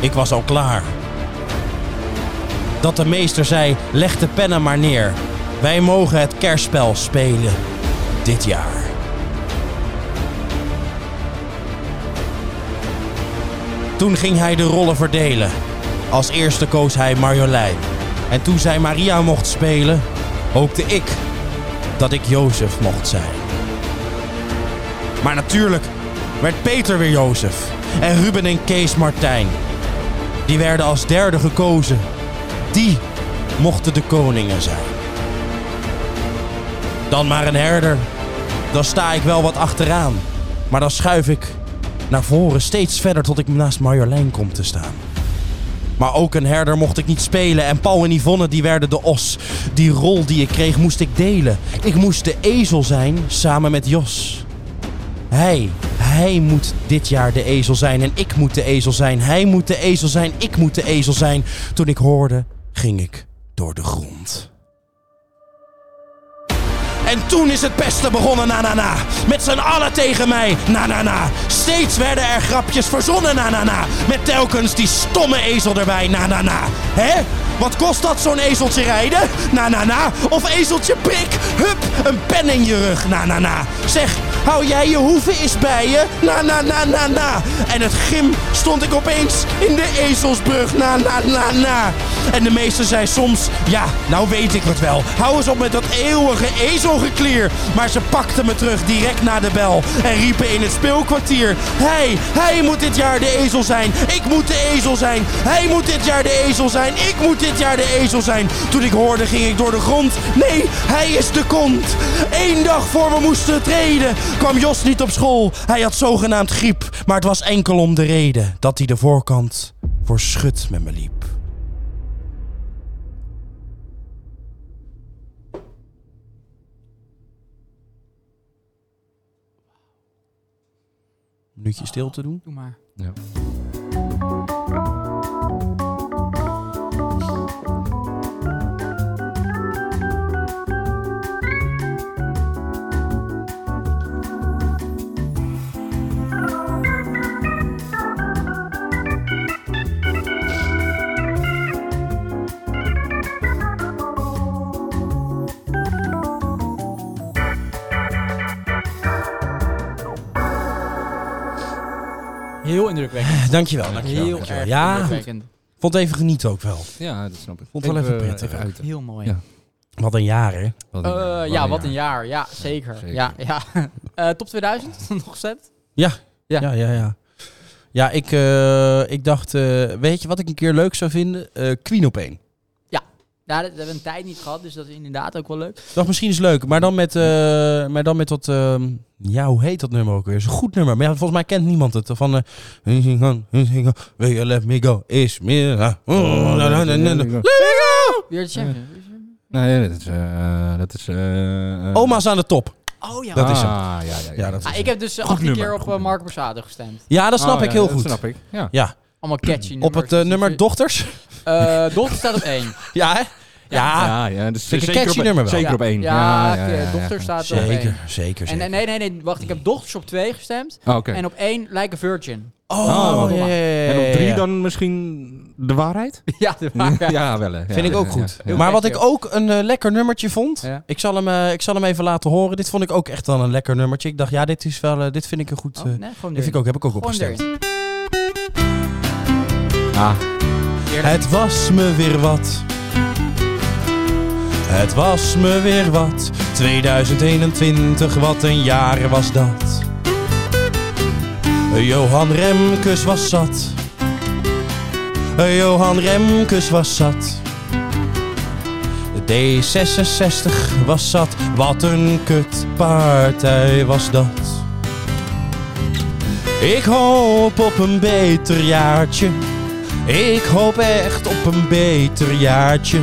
ik was al klaar. Dat de meester zei, leg de pennen maar neer. Wij mogen het kerstspel spelen dit jaar. Toen ging hij de rollen verdelen. Als eerste koos hij Marjolein. En toen zij Maria mocht spelen, hoopte ik dat ik Jozef mocht zijn. Maar natuurlijk werd Peter weer Jozef. En Ruben en Kees Martijn. Die werden als derde gekozen. Die mochten de koningen zijn. Dan maar een herder. Dan sta ik wel wat achteraan. Maar dan schuif ik naar voren steeds verder tot ik naast Marjolein kom te staan. Maar ook een herder mocht ik niet spelen. En Paul en Yvonne die werden de os. Die rol die ik kreeg moest ik delen. Ik moest de ezel zijn samen met Jos. Hij, hij moet dit jaar de ezel zijn. En ik moet de ezel zijn. Hij moet de ezel zijn. Ik moet de ezel zijn. Toen ik hoorde, ging ik door de grond. En toen is het pesten begonnen, na na na. Met z'n allen tegen mij, na na na. Steeds werden er grapjes verzonnen, na na na. Met telkens die stomme ezel erbij, na na na. Hè? Wat kost dat zo'n ezeltje rijden? Na na na. Of ezeltje prik? Hup, een pen in je rug, na na na. Zeg, hou jij je hoeven eens bij je? Na na na na na. En het gym stond ik opeens in de ezelsbrug, na na na na. En de meester zei soms, ja, nou weet ik het wel. Hou eens op met dat eeuwige ezelgeklier. Maar ze pakten me terug direct na de bel en riepen in het speelkwartier. Hij, hij moet dit jaar de ezel zijn. Ik moet de ezel zijn. Hij moet dit jaar de ezel zijn. Ik moet dit jaar de ezel zijn. Toen ik hoorde ging ik door de grond. Nee, hij is de kont. Eén dag voor we moesten treden kwam Jos niet op school. Hij had zogenaamd griep. Maar het was enkel om de reden dat hij de voorkant voor schut met me liep. Minuutje stil te doen. Doe maar. Ja. Heel indrukwekkend. Dankjewel, dankjewel. Heel dankjewel. erg Ja, indrukwekkend. vond even genieten ook wel. ja, dat snap ik. Vond wel even prettig. eh, uiten. Heel mooi. Ja. Wat een jaar, hè? Wat een- Eh, wat ja, een wat een jaar. Ja, zeker. Zeker. Ja, ja. Eh, top 2000 nog gezet. Ja, ja, ja. Ja, ik, eh, ik dacht, eh, weet je wat ik een keer leuk zou vinden? Eh Queen op één. Ja, dat, dat hebben we een tijd niet gehad, dus dat is inderdaad ook wel leuk. Dacht, misschien is leuk, maar dan met, eh, maar dan met dat, ehm, ja, hoe heet dat nummer ook weer? Is een goed nummer, maar ja, volgens mij kent niemand het. Van, eh, Here she come, here she come, will you let me go, is me, ah, oh, na, na, na, na, na. Weer de champion. Nee, dat is... eh, dat is eh, eh, Oma's aan de top. Oh ja. Dat is hem. Ah, ja, ja, ja. Ja, dat, Ah, is ik hem. heb dus eh, 18 keer nummer, op goed eh, Marco Borsato gestemd. ja, dat snap Ah, ik ja, heel dat goed. snap ik, ja. Ja, Allemaal catchy nummers. op het eh, Dus die- nummer Dochters. Eh, Dolph staat op 1. Ja, hè? Ja, ja, ja dus Vind ik een zeker catchy op, nummer wel. Zeker op één. Ja, eh, dochter staat er op één. zeker, zeker, zeker. En, en nee, nee, nee, wacht. Ik heb dochters op twee gestemd. Ah, oké. En op één Like a Virgin. oh, ja, ja, ja, En ja, op drie eh, ja. dan misschien de waarheid? Ja, de waarheid. eh, Ja, wel hè. Vind ik ook goed. Heel Maar wat ik lekker. ook een eh, lekker nummertje vond. Ja. Ik, zal hem, eh, ik zal hem even laten horen. Dit vond ik ook echt wel een lekker nummertje. Ik dacht, ja, dit, is wel, eh, dit vind ik een goed. Oh, eh nee, dit gewoon erin. vind ik ook, heb ik ook Gewoon opgestemd. erin. Het was me weer wat. Het was me weer wat. 2021, wat een jaar was dat. Johan Remkes was zat. Johan Remkes was zat. D66 was zat. Wat een kutpartij was dat. Ik hoop op een beter jaartje. Ik hoop echt op een beter jaartje.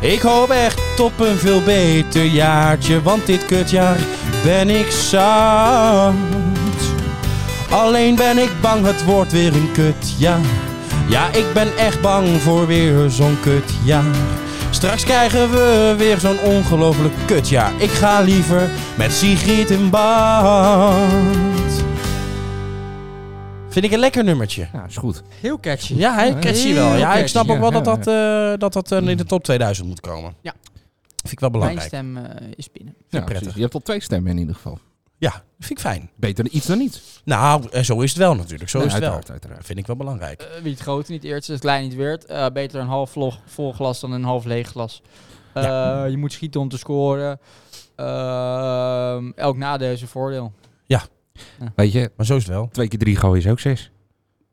Ik hoop echt op een veel beter jaartje. Want dit kutjaar ben ik zat. Alleen ben ik bang, het wordt weer een kutjaar. Ja, ik ben echt bang voor weer zo'n kutjaar. Straks krijgen we weer zo'n ongelooflijk kutjaar. Ik ga liever met Sigrid in bad. Vind ik een lekker nummertje. Ja, is goed. Heel catchy. Ja, hij catchy wel. Heel Ja, ik catchy, snap ook ja. wel dat Ja, Mm. dat, eh, dat, dat eh, in de top 2000 moet komen. Ja. Vind ik wel Mijn belangrijk. stem eh, is binnen. Ja, prettig. precies. Je hebt al twee stemmen in ieder geval. Ja, vind ik fijn. Beter iets dan niets. Nou, eh, zo is het wel natuurlijk. Zo Ja, is het wel. uiteraard, uiteraard. Vind ik wel belangrijk. Eh, wie het groot niet eerst, het klein niet weert. Eh, beter een half vlog, vol glas dan een half leeg glas. Eh, Je moet schieten om te scoren. Ehm, elk nadeel is een voordeel. Weet je, Maar zo is het wel. twee keer drie gooien is ook zes.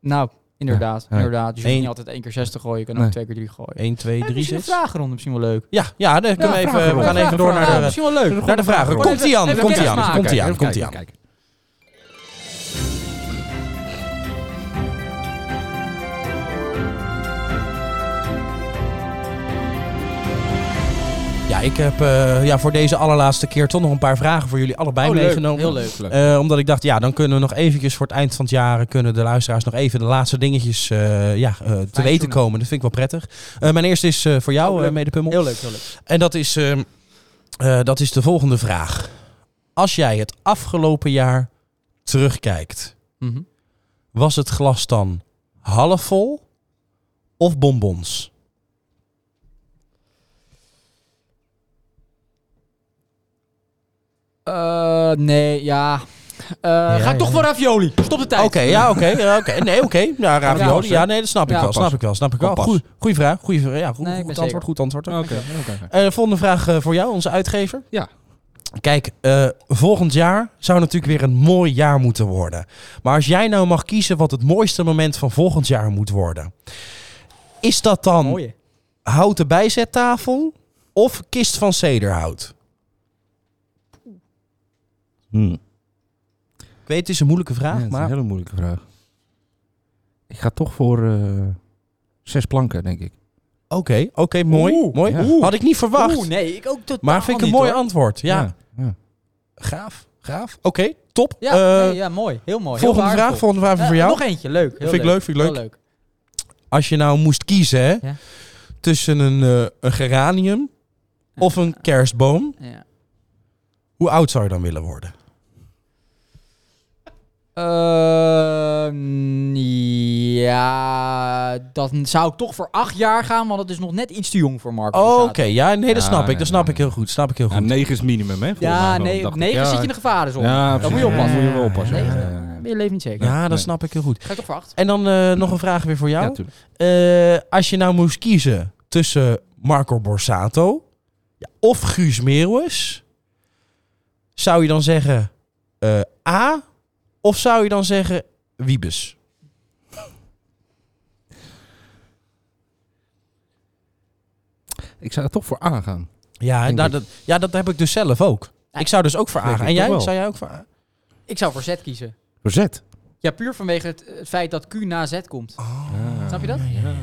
Nou, inderdaad. Ja. inderdaad. Dus je hoeft Eén. niet altijd één keer 60 gooien. Je kan ook Nee. twee keer drie gooien. 1, 2, Eh, 3, misschien een 6. vragenronde misschien wel leuk. Ja, ja, dan kunnen we, even, we vragenronde. gaan even door Ja, naar de, misschien wel leuk. naar de vragen. vragenronde. Komt-ie aan, Even komt-ie aan, kennismaken. komt-ie aan, Even komt-ie kijken, aan. kijken. Ja, ik heb eh, ja, voor deze allerlaatste keer toch nog een paar vragen voor jullie allebei Oh, leuk. meegenomen. Heel leuk. Eh, omdat ik dacht, ja, dan kunnen we nog eventjes voor het eind van het jaar... eh, kunnen de luisteraars nog even de laatste dingetjes eh, ja, eh, te weten tunen. komen. Dat vind ik wel prettig. Eh, mijn eerste is eh, voor jou, Oh, eh leuk. medepummel. Heel leuk, heel leuk. En dat is, ehm, eh, dat is de volgende vraag. Als jij het afgelopen jaar terugkijkt... Mhm. was het glas dan halfvol of bonbons? Eh, nee, ja. Eh, ga ik toch ja. voor ravioli. Stop de tijd. Oké, ja, oké. ja, oké. Nee, oké. Ja, ravioli. passen. Ja, nee, dat snap ik Ja, wel. passen. Snap ik wel. Snap ik wel. Kan passen. Goeie, goeie vraag. Goeie vraag. Ja, goed, Nee, ik goed ben zeker. antwoord. Goed antwoord. hoor. Oké, oké. Eh, de volgende vraag eh, voor jou, onze uitgever. Ja. Kijk, eh, volgend jaar zou natuurlijk weer een mooi jaar moeten worden. Maar als jij nou mag kiezen wat het mooiste moment van volgend jaar moet worden, is dat dan Mooie. houten bijzettafel of kist van cederhout? Hmm. Ik weet, het is een moeilijke vraag, Ja, dat is maar een hele moeilijke vraag. Ik ga toch voor eh, zes planken, denk ik. oké, oké, mooi, Oeh. mooi. Ja. Had ik niet verwacht, Oeh, nee, ik ook totaal maar vind ik een niet, mooi hoor. antwoord. Ja, ja. gaaf, gaaf. Oké, top. Ja, Eh, nee, ja, mooi. Heel mooi. volgende heel vraag, waardevol. volgende vraag Eh, voor jou. Nog eentje, leuk. Heel Vind ik leuk, vind ik Heel leuk. Als je nou moest kiezen hè, Ja. tussen een, eh, een geranium of een kerstboom, Ja. hoe oud zou je dan willen worden? Eh, mm, ja, dan zou ik toch voor acht jaar gaan, want dat is nog net iets te jong voor Marco. Oh, Oké, Borsato. ja, nee, dat Ja, snap ik. nee, Dat snap nee, ik heel goed. Snap ik heel Ja, goed. negen is minimum, hè? volgens mij Ja, wel, nee, dacht op ik. negen Ja, zit je in de gevarenzone. Ja, dan moet je precies. oppassen. Ja, moet je wel oppassen. Nee, Ja, eh, ja, ja. ben je leven niet zeker. Ja, dat Nee. snap ik heel goed. Ga ik toch voor acht? En dan eh, nog een vraag weer voor jou. Ja, tuurlijk. Eh, als je nou moest kiezen tussen Marco Borsato ja, of Guus Meeuwis, zou je dan zeggen eh, A of zou je dan zeggen Wiebes? Ik zou er toch voor aangaan. Ja, Denk nou, ik. dat, ja, dat heb ik dus zelf ook. Ik zou dus ook voor Denk A gaan. ik En ook jij? wel. Zou jij ook voor A? Ik zou voor Z kiezen. Voor zet. Ja, puur vanwege het, het feit dat Q na Z komt. Snap je dat? Oh. Ja, ja, ja.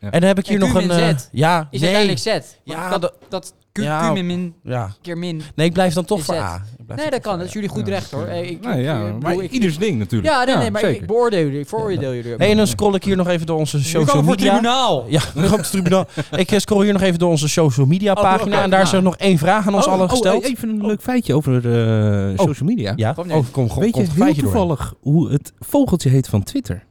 ja. En dan heb ik hier En nog Q een... min eh, Z ja, Is nee. uiteindelijk Z. Ja, Ja, dat, dat- dat Q Q, Ja. Q min min, Ja. keer min. Nee, ik blijf dan toch Is voor het? A. Ik blijf dan Nee, dat kan. Dat is jullie goed recht, hoor. Eh, Ik, Nee, ik- ja, ik bedoel, maar ik- ieders ding natuurlijk. Ja, nee, nee, maar ik zeker. beoordeel jullie. Ik veroordeel jullie. ook. Hey, en dan scroll ik hier nog even door onze Jullie social komen voor media. tribunaal. Ja, we gaan op het tribunaal. ik eh, scroll hier nog even door onze social media Oh, pagina. oké. en daar is er Ah. nog één vraag aan ons Oh, allen oh, gesteld. e- even een leuk feitje over eh, social media. ja, Kom kom, niet. oh, kom, kom, Weet je komt een heel feitje door. toevallig hoe het vogeltje heet van Twitter?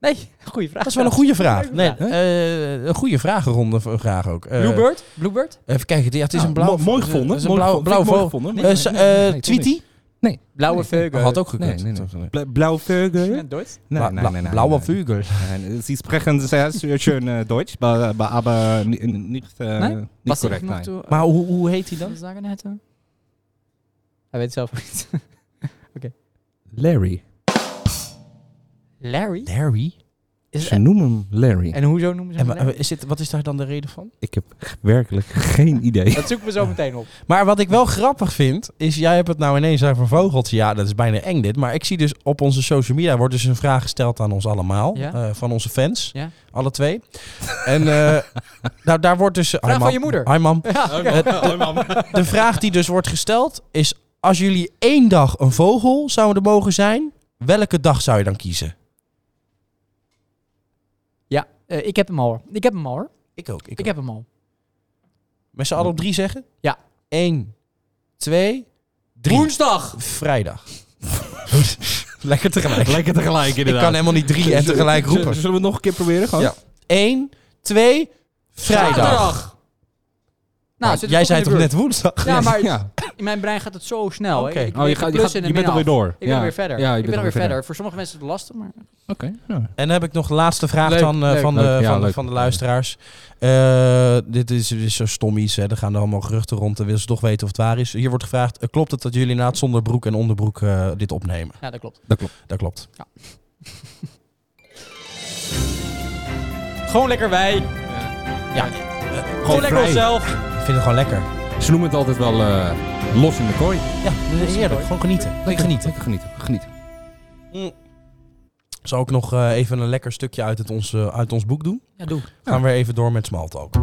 Nee, goede vraag. Dat is wel een goede vraag. Nee, Leuke eh, een goede vragenronde v- vraag ook. Eh, Bluebird? Bluebird? Even kijken, ja, het is Nou, een blauw... mo- mooi gevonden. Het is een Mooi blauw, blauw gevonden. Vind ik vogel. mooi gevonden. Eh, Nee, s- nee, nee, nee, eh, nee, toch Tweety? Oh, Blauwe Nee. Vögel. Had ook Nee, gekund. nee, Bla- nee. Bla blauw vögel. Duits? bla- Blauwe vogel. Nein, Sie sprechen sehr, sehr schön äh, Deutsch, aber, aber- aber eh, ni- nicht, äh, Nein? nicht korrekt. Nein. Maar hoe, hoe heet hij dan? Dat zagen net Hij weet het zelf niet. Larry. Larry? Larry? Is Ze noemen hem Larry. en hoezo noemen ze En, hem wa- Larry? is dit, wat is daar dan de reden van? Ik heb werkelijk geen idee. Dat zoeken we zo meteen op. Maar wat ik wel grappig vind, is jij hebt het nou ineens over vogeltjes. Ja, dat is bijna eng dit. Maar ik zie dus op onze social media wordt dus een vraag gesteld aan ons allemaal. Ja. eh, van onze fans. Ja. Alle twee. en eh, nou, daar wordt dus... Vraag van je moeder. Hi mam. Ja, ja. Oh, De vraag die dus wordt gesteld is... Als jullie één dag een vogel zouden mogen zijn, welke dag zou je dan kiezen? eh, ik heb hem al hoor. Ik heb hem al hoor. Ik ook. Ik, Ik ook. heb hem al. Met z'n allen op drie zeggen? Ja. Eén, twee, drie. Woensdag! Vrijdag. Lekker tegelijk. Lekker tegelijk Ik kan helemaal niet drie en tegelijk roepen. Zullen we het nog een keer proberen? Gewoon? Ja. Eén, twee, vrijdag. Zaterdag! Nou, zit jij het zei in toch de net woensdag? buurt. Ja, maar Ja. in mijn brein gaat het zo snel. Oké. Ik, ik Oh, je, weet gaat, de je, gaat, plus je en de bent min alweer af. door. Ik ja. ben weer verder. Ja, je ik ben bent alweer verder. Voor sommige mensen is het lastig, maar... Oké. nou ja. En dan heb ik nog de laatste vraag Leuk, dan, eh, leuk, van, de, leuk, ja, van, de- leuk. van de luisteraars. Eh, dit, is, dit is zo stom iets. Hè. Er gaan er allemaal geruchten rond. Dan willen ze toch weten of het waar is. Hier wordt gevraagd, eh, klopt het dat jullie inderdaad zonder broek en onderbroek eh, dit opnemen? Ja, dat klopt. Dat klopt. Dat klopt. Gewoon lekker wij. Ja, ik Gewoon vrij. onszelf. vind het gewoon lekker. Ze noemen het altijd wel eh, los in de kooi. Ja, dat is heerlijk. Gewoon genieten. Lekker genieten. Lekker genieten. Genieten. Zal ik nog eh, even een lekker stukje uit, het ons, eh, uit ons boek doen? Ja, doe. Gaan we weer even door met Smalltalk.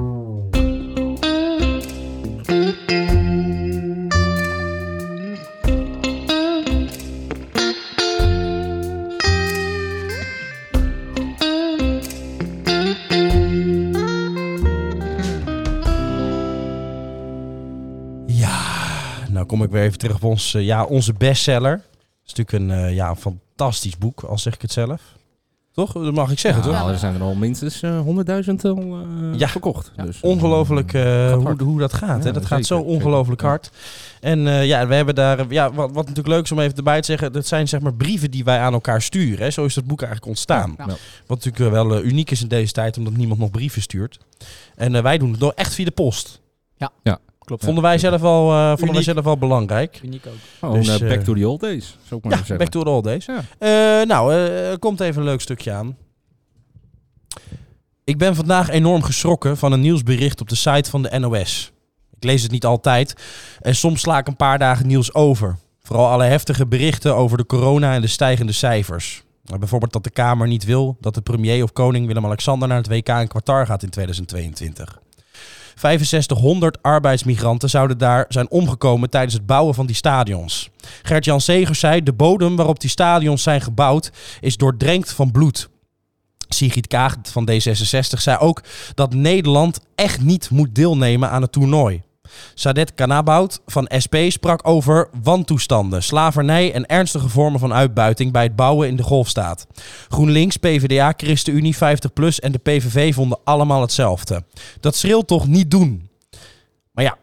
Ja, nou kom ik weer even terug op ons, eh, ja, onze bestseller. Het is natuurlijk een eh, ja, een fantastisch boek, al zeg ik het zelf. Toch? Dat mag ik zeggen, toch? Ja, Nou, er zijn er al minstens eh, 100.000 al, eh, Ja. verkocht. Dus, eh, Ongelooflijk eh, hoe, hard. hoe dat gaat. Ja, hè? Dat gaat zeker, zo zeker. ongelooflijk Ja. hard. En eh, ja, we hebben daar, eh, ja, wat, wat natuurlijk leuk is om even erbij te zeggen, dat zijn zeg maar brieven die wij aan elkaar sturen. Hè? Zo is dat boek eigenlijk ontstaan. Ja. Ja. Wat natuurlijk eh, wel eh, uniek is in deze tijd, omdat niemand nog brieven stuurt. En eh, wij doen het nog echt via de post. Ja. Ja. Klopt. Vonden wij zelf wel, eh, vonden wij Uniek. zelf wel belangrijk. Uniek ook. Gewoon Dus, eh, back eh, to the old days, zou ik maar Ja, zeggen. back to the old days. Ja. Eh, nou, eh, er komt even een leuk stukje aan. Ik ben vandaag enorm geschrokken van een nieuwsbericht op de site van de NOS. Ik lees het niet altijd en soms sla ik een paar dagen nieuws over. Vooral alle heftige berichten over de corona en de stijgende cijfers. Maar Bijvoorbeeld dat de Kamer niet wil dat de premier of koning Willem-Alexander naar het WK in Qatar gaat in 2022. 6500 arbeidsmigranten zouden daar zijn omgekomen tijdens het bouwen van die stadions. Gert-Jan Segers zei: De bodem waarop die stadions zijn gebouwd is doordrenkt van bloed. Sigrid Kaag van D66 zei ook dat Nederland echt niet moet deelnemen aan het toernooi. Sadet Kanabout van SP sprak over wantoestanden, slavernij en ernstige vormen van uitbuiting bij het bouwen in de golfstaat. GroenLinks, PvdA, ChristenUnie, 50PLUS en de PVV vonden allemaal hetzelfde. Dat schreeuwt toch niet doen? Maar ja,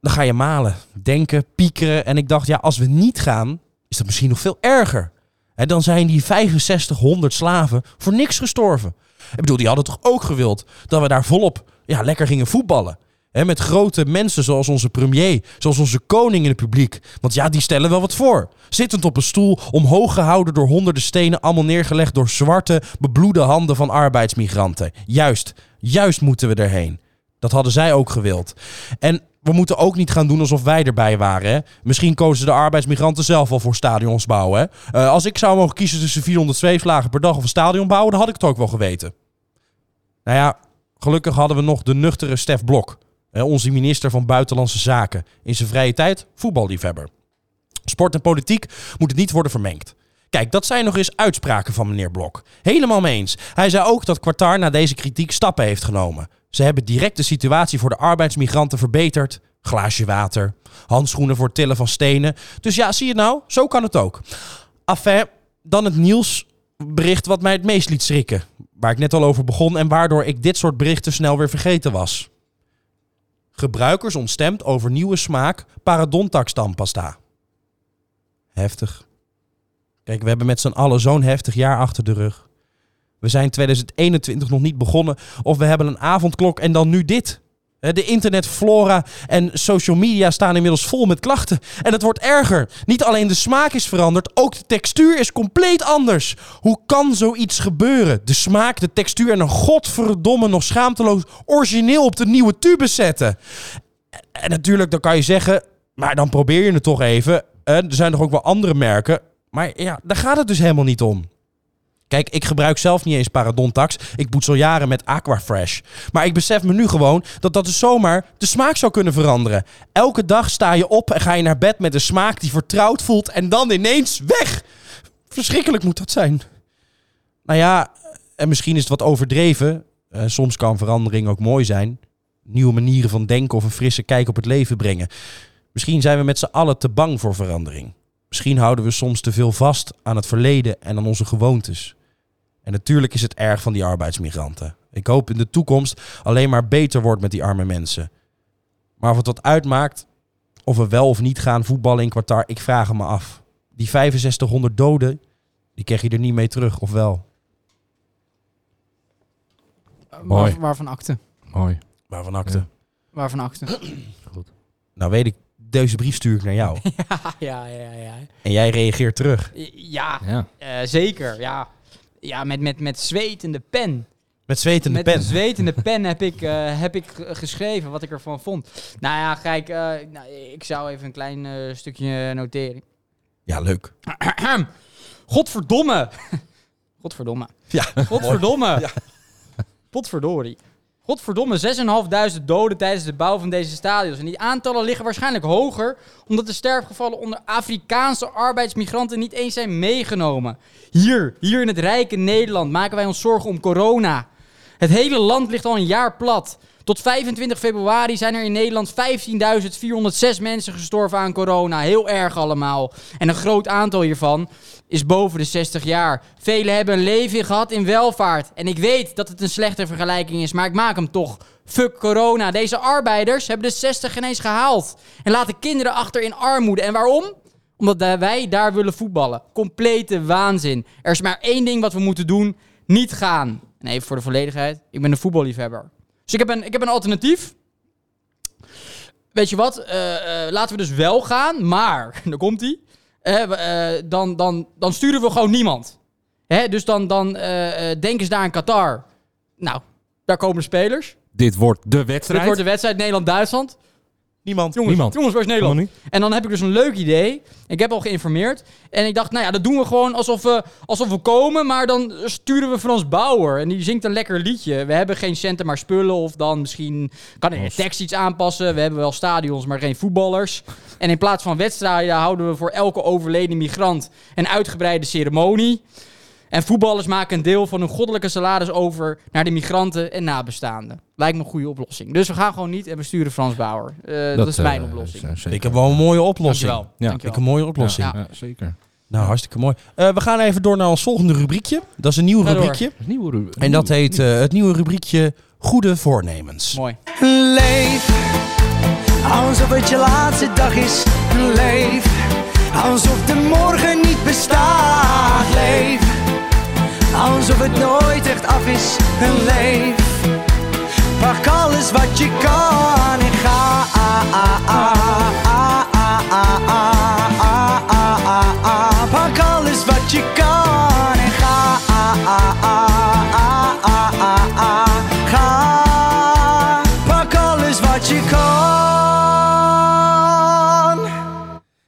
dan ga je malen, denken, piekeren. En ik dacht, ja, als we niet gaan, is dat misschien nog veel erger. Hè, dan zijn die 6500 slaven voor niks gestorven. Ik bedoel, die hadden toch ook gewild dat we daar volop ja, lekker gingen voetballen. Hè, met grote mensen zoals onze premier, zoals onze koning in het publiek. Want ja, die stellen wel wat voor. Zittend op een stoel, omhoog gehouden door honderden stenen, allemaal neergelegd door zwarte, bebloede handen van arbeidsmigranten. Juist, juist moeten we erheen. Dat hadden zij ook gewild. En we moeten ook niet gaan doen alsof wij erbij waren. Hè? Misschien kozen de arbeidsmigranten zelf al voor stadions bouwen. Hè? Eh, als ik zou mogen kiezen tussen 400 zweefslagen per dag of een stadion bouwen, dan had ik het ook wel geweten. Nou ja, gelukkig hadden we nog de nuchtere Stef Blok. Eh, Hè, onze minister van Buitenlandse Zaken. In zijn vrije tijd voetballiefhebber. Sport en politiek moeten niet worden vermengd. Kijk, dat zijn nog eens uitspraken van meneer Blok. Helemaal mee eens. Hij zei ook dat Qatar na deze kritiek stappen heeft genomen. Ze hebben direct de situatie voor de arbeidsmigranten verbeterd. Glaasje water, handschoenen voor tillen van stenen. Dus ja, zie je nou, zo kan het ook. Enfin, dan het nieuwsbericht wat mij het meest liet schrikken. Waar ik net al over begon en waardoor ik dit soort berichten snel weer vergeten was. Gebruikers ontstemd over nieuwe smaak paradontax tandpasta. Heftig. Kijk, we hebben met z'n allen zo'n heftig jaar achter de rug. We zijn 2021 nog niet begonnen of we hebben een avondklok en dan nu dit. Hè, De internetflora en social media staan inmiddels vol met klachten. En het wordt erger. Niet alleen de smaak is veranderd, ook de textuur is compleet anders. Hoe kan zoiets gebeuren? De smaak, de textuur en een godverdomme nog schaamteloos origineel op de nieuwe tube zetten. En natuurlijk, dan kan je zeggen, maar dan probeer je het toch even. Eh, er zijn toch ook wel andere merken. Maar ja, daar gaat het dus helemaal niet om. Kijk, ik gebruik zelf niet eens Paradontax. Ik boetsel jaren met Aquafresh. Maar ik besef me nu gewoon dat dat dus zomaar de smaak zou kunnen veranderen. Elke dag sta je op en ga je naar bed met een smaak die vertrouwd voelt en dan ineens weg. Verschrikkelijk moet dat zijn. Nou ja, en misschien is het wat overdreven. Eh, soms kan verandering ook mooi zijn. Nieuwe manieren van denken of een frisse kijk op het leven brengen. Misschien zijn we met z'n allen te bang voor verandering. Misschien houden we soms te veel vast aan het verleden en aan onze gewoontes. En natuurlijk is het erg van die arbeidsmigranten. Ik hoop in de toekomst alleen maar beter wordt met die arme mensen. Maar of het wat uitmaakt, of we wel of niet gaan voetballen in Qatar, ik vraag het me af. Die 6500 doden, die krijg je er niet mee terug, of wel? Mooi. Waar, waarvan akte? Mooi. Waarvan akte? Waarvan akte? Nou weet ik, deze brief stuur ik naar jou. ja, ja, ja. en jij reageert terug. Ja, Ja. eh, zeker. Ja, ja met, met, met zwetende pen. Met zwetende Met pen. een zwetende pen heb ik, eh, heb ik g- geschreven wat ik ervan vond. Nou ja, kijk, eh, nou, ik zou even een klein eh, stukje noteren. ja, leuk. Godverdomme! Godverdomme. Ja, Godverdomme! Potverdorie. Godverdomme, 6.500 doden tijdens de bouw van deze stadions. En die aantallen liggen waarschijnlijk hoger, omdat de sterfgevallen onder Afrikaanse arbeidsmigranten niet eens zijn meegenomen. Hier, hier in het rijke Nederland, maken wij ons zorgen om corona. Het hele land ligt al een jaar plat. Tot 25 februari zijn er in Nederland 15.406 mensen gestorven aan corona. Heel erg allemaal. En een groot aantal hiervan is boven de 60 jaar. Velen hebben een leven gehad in welvaart. En ik weet dat het een slechte vergelijking is, maar ik maak hem toch. Fuck corona. Deze arbeiders hebben de 60 geen eens gehaald. En laten kinderen achter in armoede. En waarom? Omdat da- wij daar willen voetballen. Complete waanzin. Er is maar één ding wat we moeten doen. Niet gaan. En even voor de volledigheid. Ik ben een voetballiefhebber. Dus ik heb een, ik heb een alternatief. Weet je wat? Eh, eh, laten we dus wel gaan. Maar, daar komt ie. Eh, dan, dan, dan sturen we gewoon niemand. Hè? Dus dan, dan eh, eh, denken ze daar aan Qatar. Nou, daar komen de spelers. Dit wordt de wedstrijd. Dit wordt de wedstrijd Nederland-Duitsland. Niemand. Jongens, Niemand. jongens, waar is Nederland? Helemaal En dan heb ik dus een leuk idee. Ik heb al geïnformeerd. En ik dacht, nou ja, dat doen we gewoon alsof we, alsof we komen. Maar dan sturen we Frans Bauer. En die zingt een lekker liedje. We hebben geen centen, maar spullen. Of dan misschien kan ik de tekst iets aanpassen. We hebben wel stadions, maar geen voetballers. En in plaats van wedstrijden houden we voor elke overleden migrant een uitgebreide ceremonie. En voetballers maken een deel van hun goddelijke salaris over naar de migranten en nabestaanden. Lijkt me een goede oplossing. Dus we gaan gewoon niet en we sturen Frans Bauer. Eh, dat, is mijn eh, oplossing. is, eh, zeker. Ik heb wel een mooie oplossing. Dankjewel. Ja. Ik Dankjewel. heb een mooie oplossing. Ja. Ja, zeker. Nou, hartstikke mooi. Eh, we gaan even door naar ons volgende rubriekje. Dat is een nieuw Ga door. rubriekje. Nieuwe rubriek. En dat heet eh, het nieuwe rubriekje Goede Voornemens. Mooi. Leef, alsof het je laatste dag is. Leef, alsof de morgen niet bestaat. Leef, alsof het nooit echt af is. Leef, pak alles wat je kan en ga. Pak alles wat je kan en ga. Ga, pak alles wat je kan.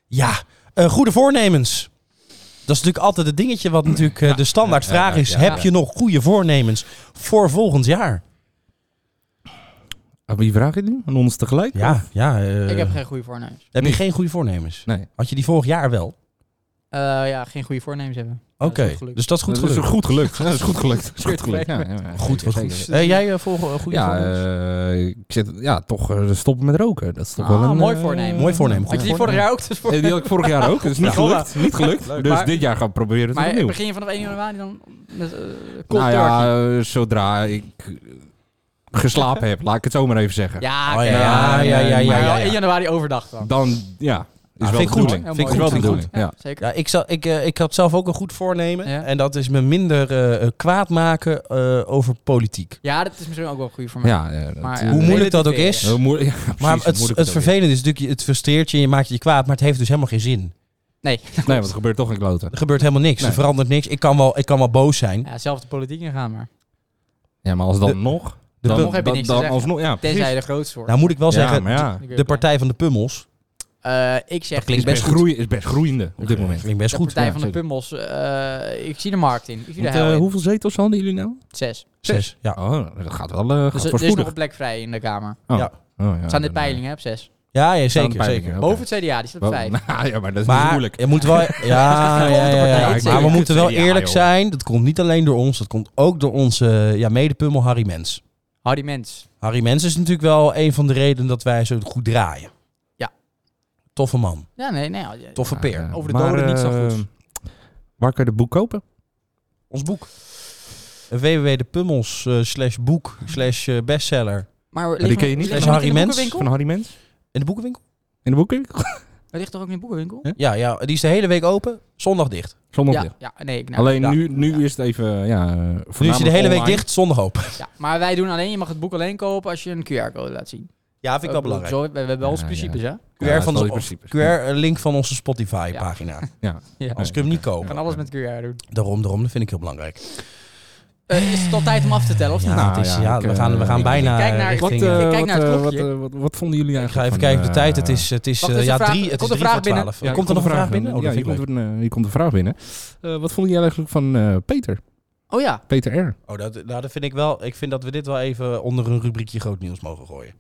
Ja, eh, Goede Voornemens. Dat is natuurlijk altijd het dingetje wat natuurlijk eh, de standaard vraag is. Heb je nog goede voornemens voor volgend jaar? Aan Ah, wie vraag je het nu? Aan ons tegelijk? Ja, ja. eh, Ik heb geen goede voornemens. heb je niet. geen goede voornemens? Nee. Had je die vorig jaar wel? Eh, ja, geen goede voornemens hebben. Dat Oké, is goed gelukt. dus dat is goed dat is gelukt. goed gelukt. Ja, Dat is goed gelukt. Dat is goed gelukt. Ja, ja, ja. Goed, wat Zeker. goed. Dus- Eh, jij eh, volg een goede Ja, voornemens? eh, ik zit, ja, toch eh, stoppen met roken. Dat is toch Ah, wel een... mooi eh, voornemen. Mooi voornemen. Had je die Goed vorig voornemen. jaar ook? Dus voor... Eh, Die had ik vorig jaar ook. Dat is niet Ja. gelukt. Niet gelukt. Dus Maar- dit jaar gaan we proberen het maar opnieuw. begin je vanaf 1 januari dan met eh cold Nou turkey? ja, eh, zodra ik eh, geslapen heb, laat ik het zo maar even zeggen. Ja, Oh, ja, ja, oké. ja, ja, ja, Maar ja, wel ja. 1 januari overdag dan. Dan, ja, is Ah, wel vind de ik goed. bedoeling. Vind Heel ik mooi. goed. Is wel de bedoeling, ja. Zeker. Ja, ik, zal, ik, eh, ik had zelf ook een goed voornemen. Ja. En dat is me minder eh, eh, kwaad maken eh, over politiek. Ja, dat is misschien ook wel goed voor mij. Ja, eh, dat- Maar, eh, ja, Hoe moeilijk dat ook relativeren. is. heel moeilijk. Ja, precies, Maar hoe moeilijk het, ook het is. vervelende is natuurlijk, het frustreert je en je maakt je kwaad. Maar het heeft dus helemaal geen zin. Nee, Nee, want er gebeurt toch geen kloten. Er gebeurt helemaal niks. Nee. Er verandert niks. Ik kan wel, ik kan wel boos zijn. ja, zelf de politiek ingaan maar. Ja, maar als dan nog... de- dan nog heb je niks te dan zeggen. alsnog, ja, precies. Tenzij je de grootste wordt. Nou moet ik wel ja, zeggen, maar ja. de Partij van de Pummels Eh, ik zeg, klinkt Is best, goed. groeien, is best groeiende op dit moment. klinkt best de goed. Partij Ja, van de zeker. Pummels, eh, ik zie de markt in. Ik zie de Want, hel eh, in. hoeveel zetels hadden jullie nou? Zes. Zes, ja. Oh, dat gaat wel eh Dus er- gaat er is nog voorspoedig. een plek vrij in de Kamer. Oh, ja, Staan de dan, peilingen hè, op zes. Ja, ja staan de zeker, peilingen, zeker. oké. Boven het CDA, die staat op Wel, vijf. nou ja, maar dat is niet zo Maar moeilijk. je moet wel... Ja, ja, ja, ja, ja. partij, zeker. Maar we moeten wel Ja, Ah, joh. eerlijk zijn. Dat komt niet alleen door ons. Dat komt ook door onze eh, ja, medepummel Harry Mens. Hou die mens. Harry Mens is natuurlijk wel een van de redenen dat wij zo goed draaien. Ja. Toffe man. Ja, nee, nee. ja, Toffe Ja, peer. ja. Over de Maar, doden niets dan eh, goeds. Waar kun je het boek kopen? Ons boek. Eh, www.depummels eh, slash boek slash eh, bestseller. Maar die ken je niet? Ligt Van nog niet in de Harry Mens? boekenwinkel? Van Harry Mens? In de boekenwinkel? In de boekenwinkel? Hij ligt toch ook in de boekenwinkel? Hè? Ja, ja, die is de hele week open. Zondag dicht. Zondag Ja, weer. ja, nee. Ik, nou, Alleen ja, nu, nu ja. is het even, ja... eh, Nu is hij voornamelijk de hele week online. dicht. Zondag open. Ja, maar wij doen alleen, je mag het boek alleen kopen als je een QR-code laat zien. Ja, vind ik wel belangrijk. Zo, we, we hebben Ja, onze ja. principes, hè? QR, Ja, van dat is de, in principe. QR-link eh, van onze Spotify-pagina. Ja. Ja. Als ik hem niet koop. We gaan alles met QR doen. Daarom, daarom. Dat vind ik heel belangrijk. Eh, is het al tijd om af te tellen, of Ja, niet? Nou, het is, ja, ja, ik, we gaan, we eh, gaan ik- bijna ik kijk naar- richting, Wat, eh, eh, kijk wat, naar het eh, wat, klokje. eh, wat, wat vonden jullie ik eigenlijk ga even van, kijken op de eh, tijd. Het is, het is Wacht, eh, is de ja, vraag- drie, het komt is de drie vraag voor binnen? twaalf. Ja, komt er nog een vraag binnen? Oh, ja, dat hier vind ik komt, leuk. er een, eh, hier komt een vraag binnen. Eh, wat vonden jullie eigenlijk van eh, Peter? Oh ja. Peter R. Oh, dat, nou, dat vind ik wel. Ik vind dat we dit wel even onder een rubriekje groot nieuws mogen gooien.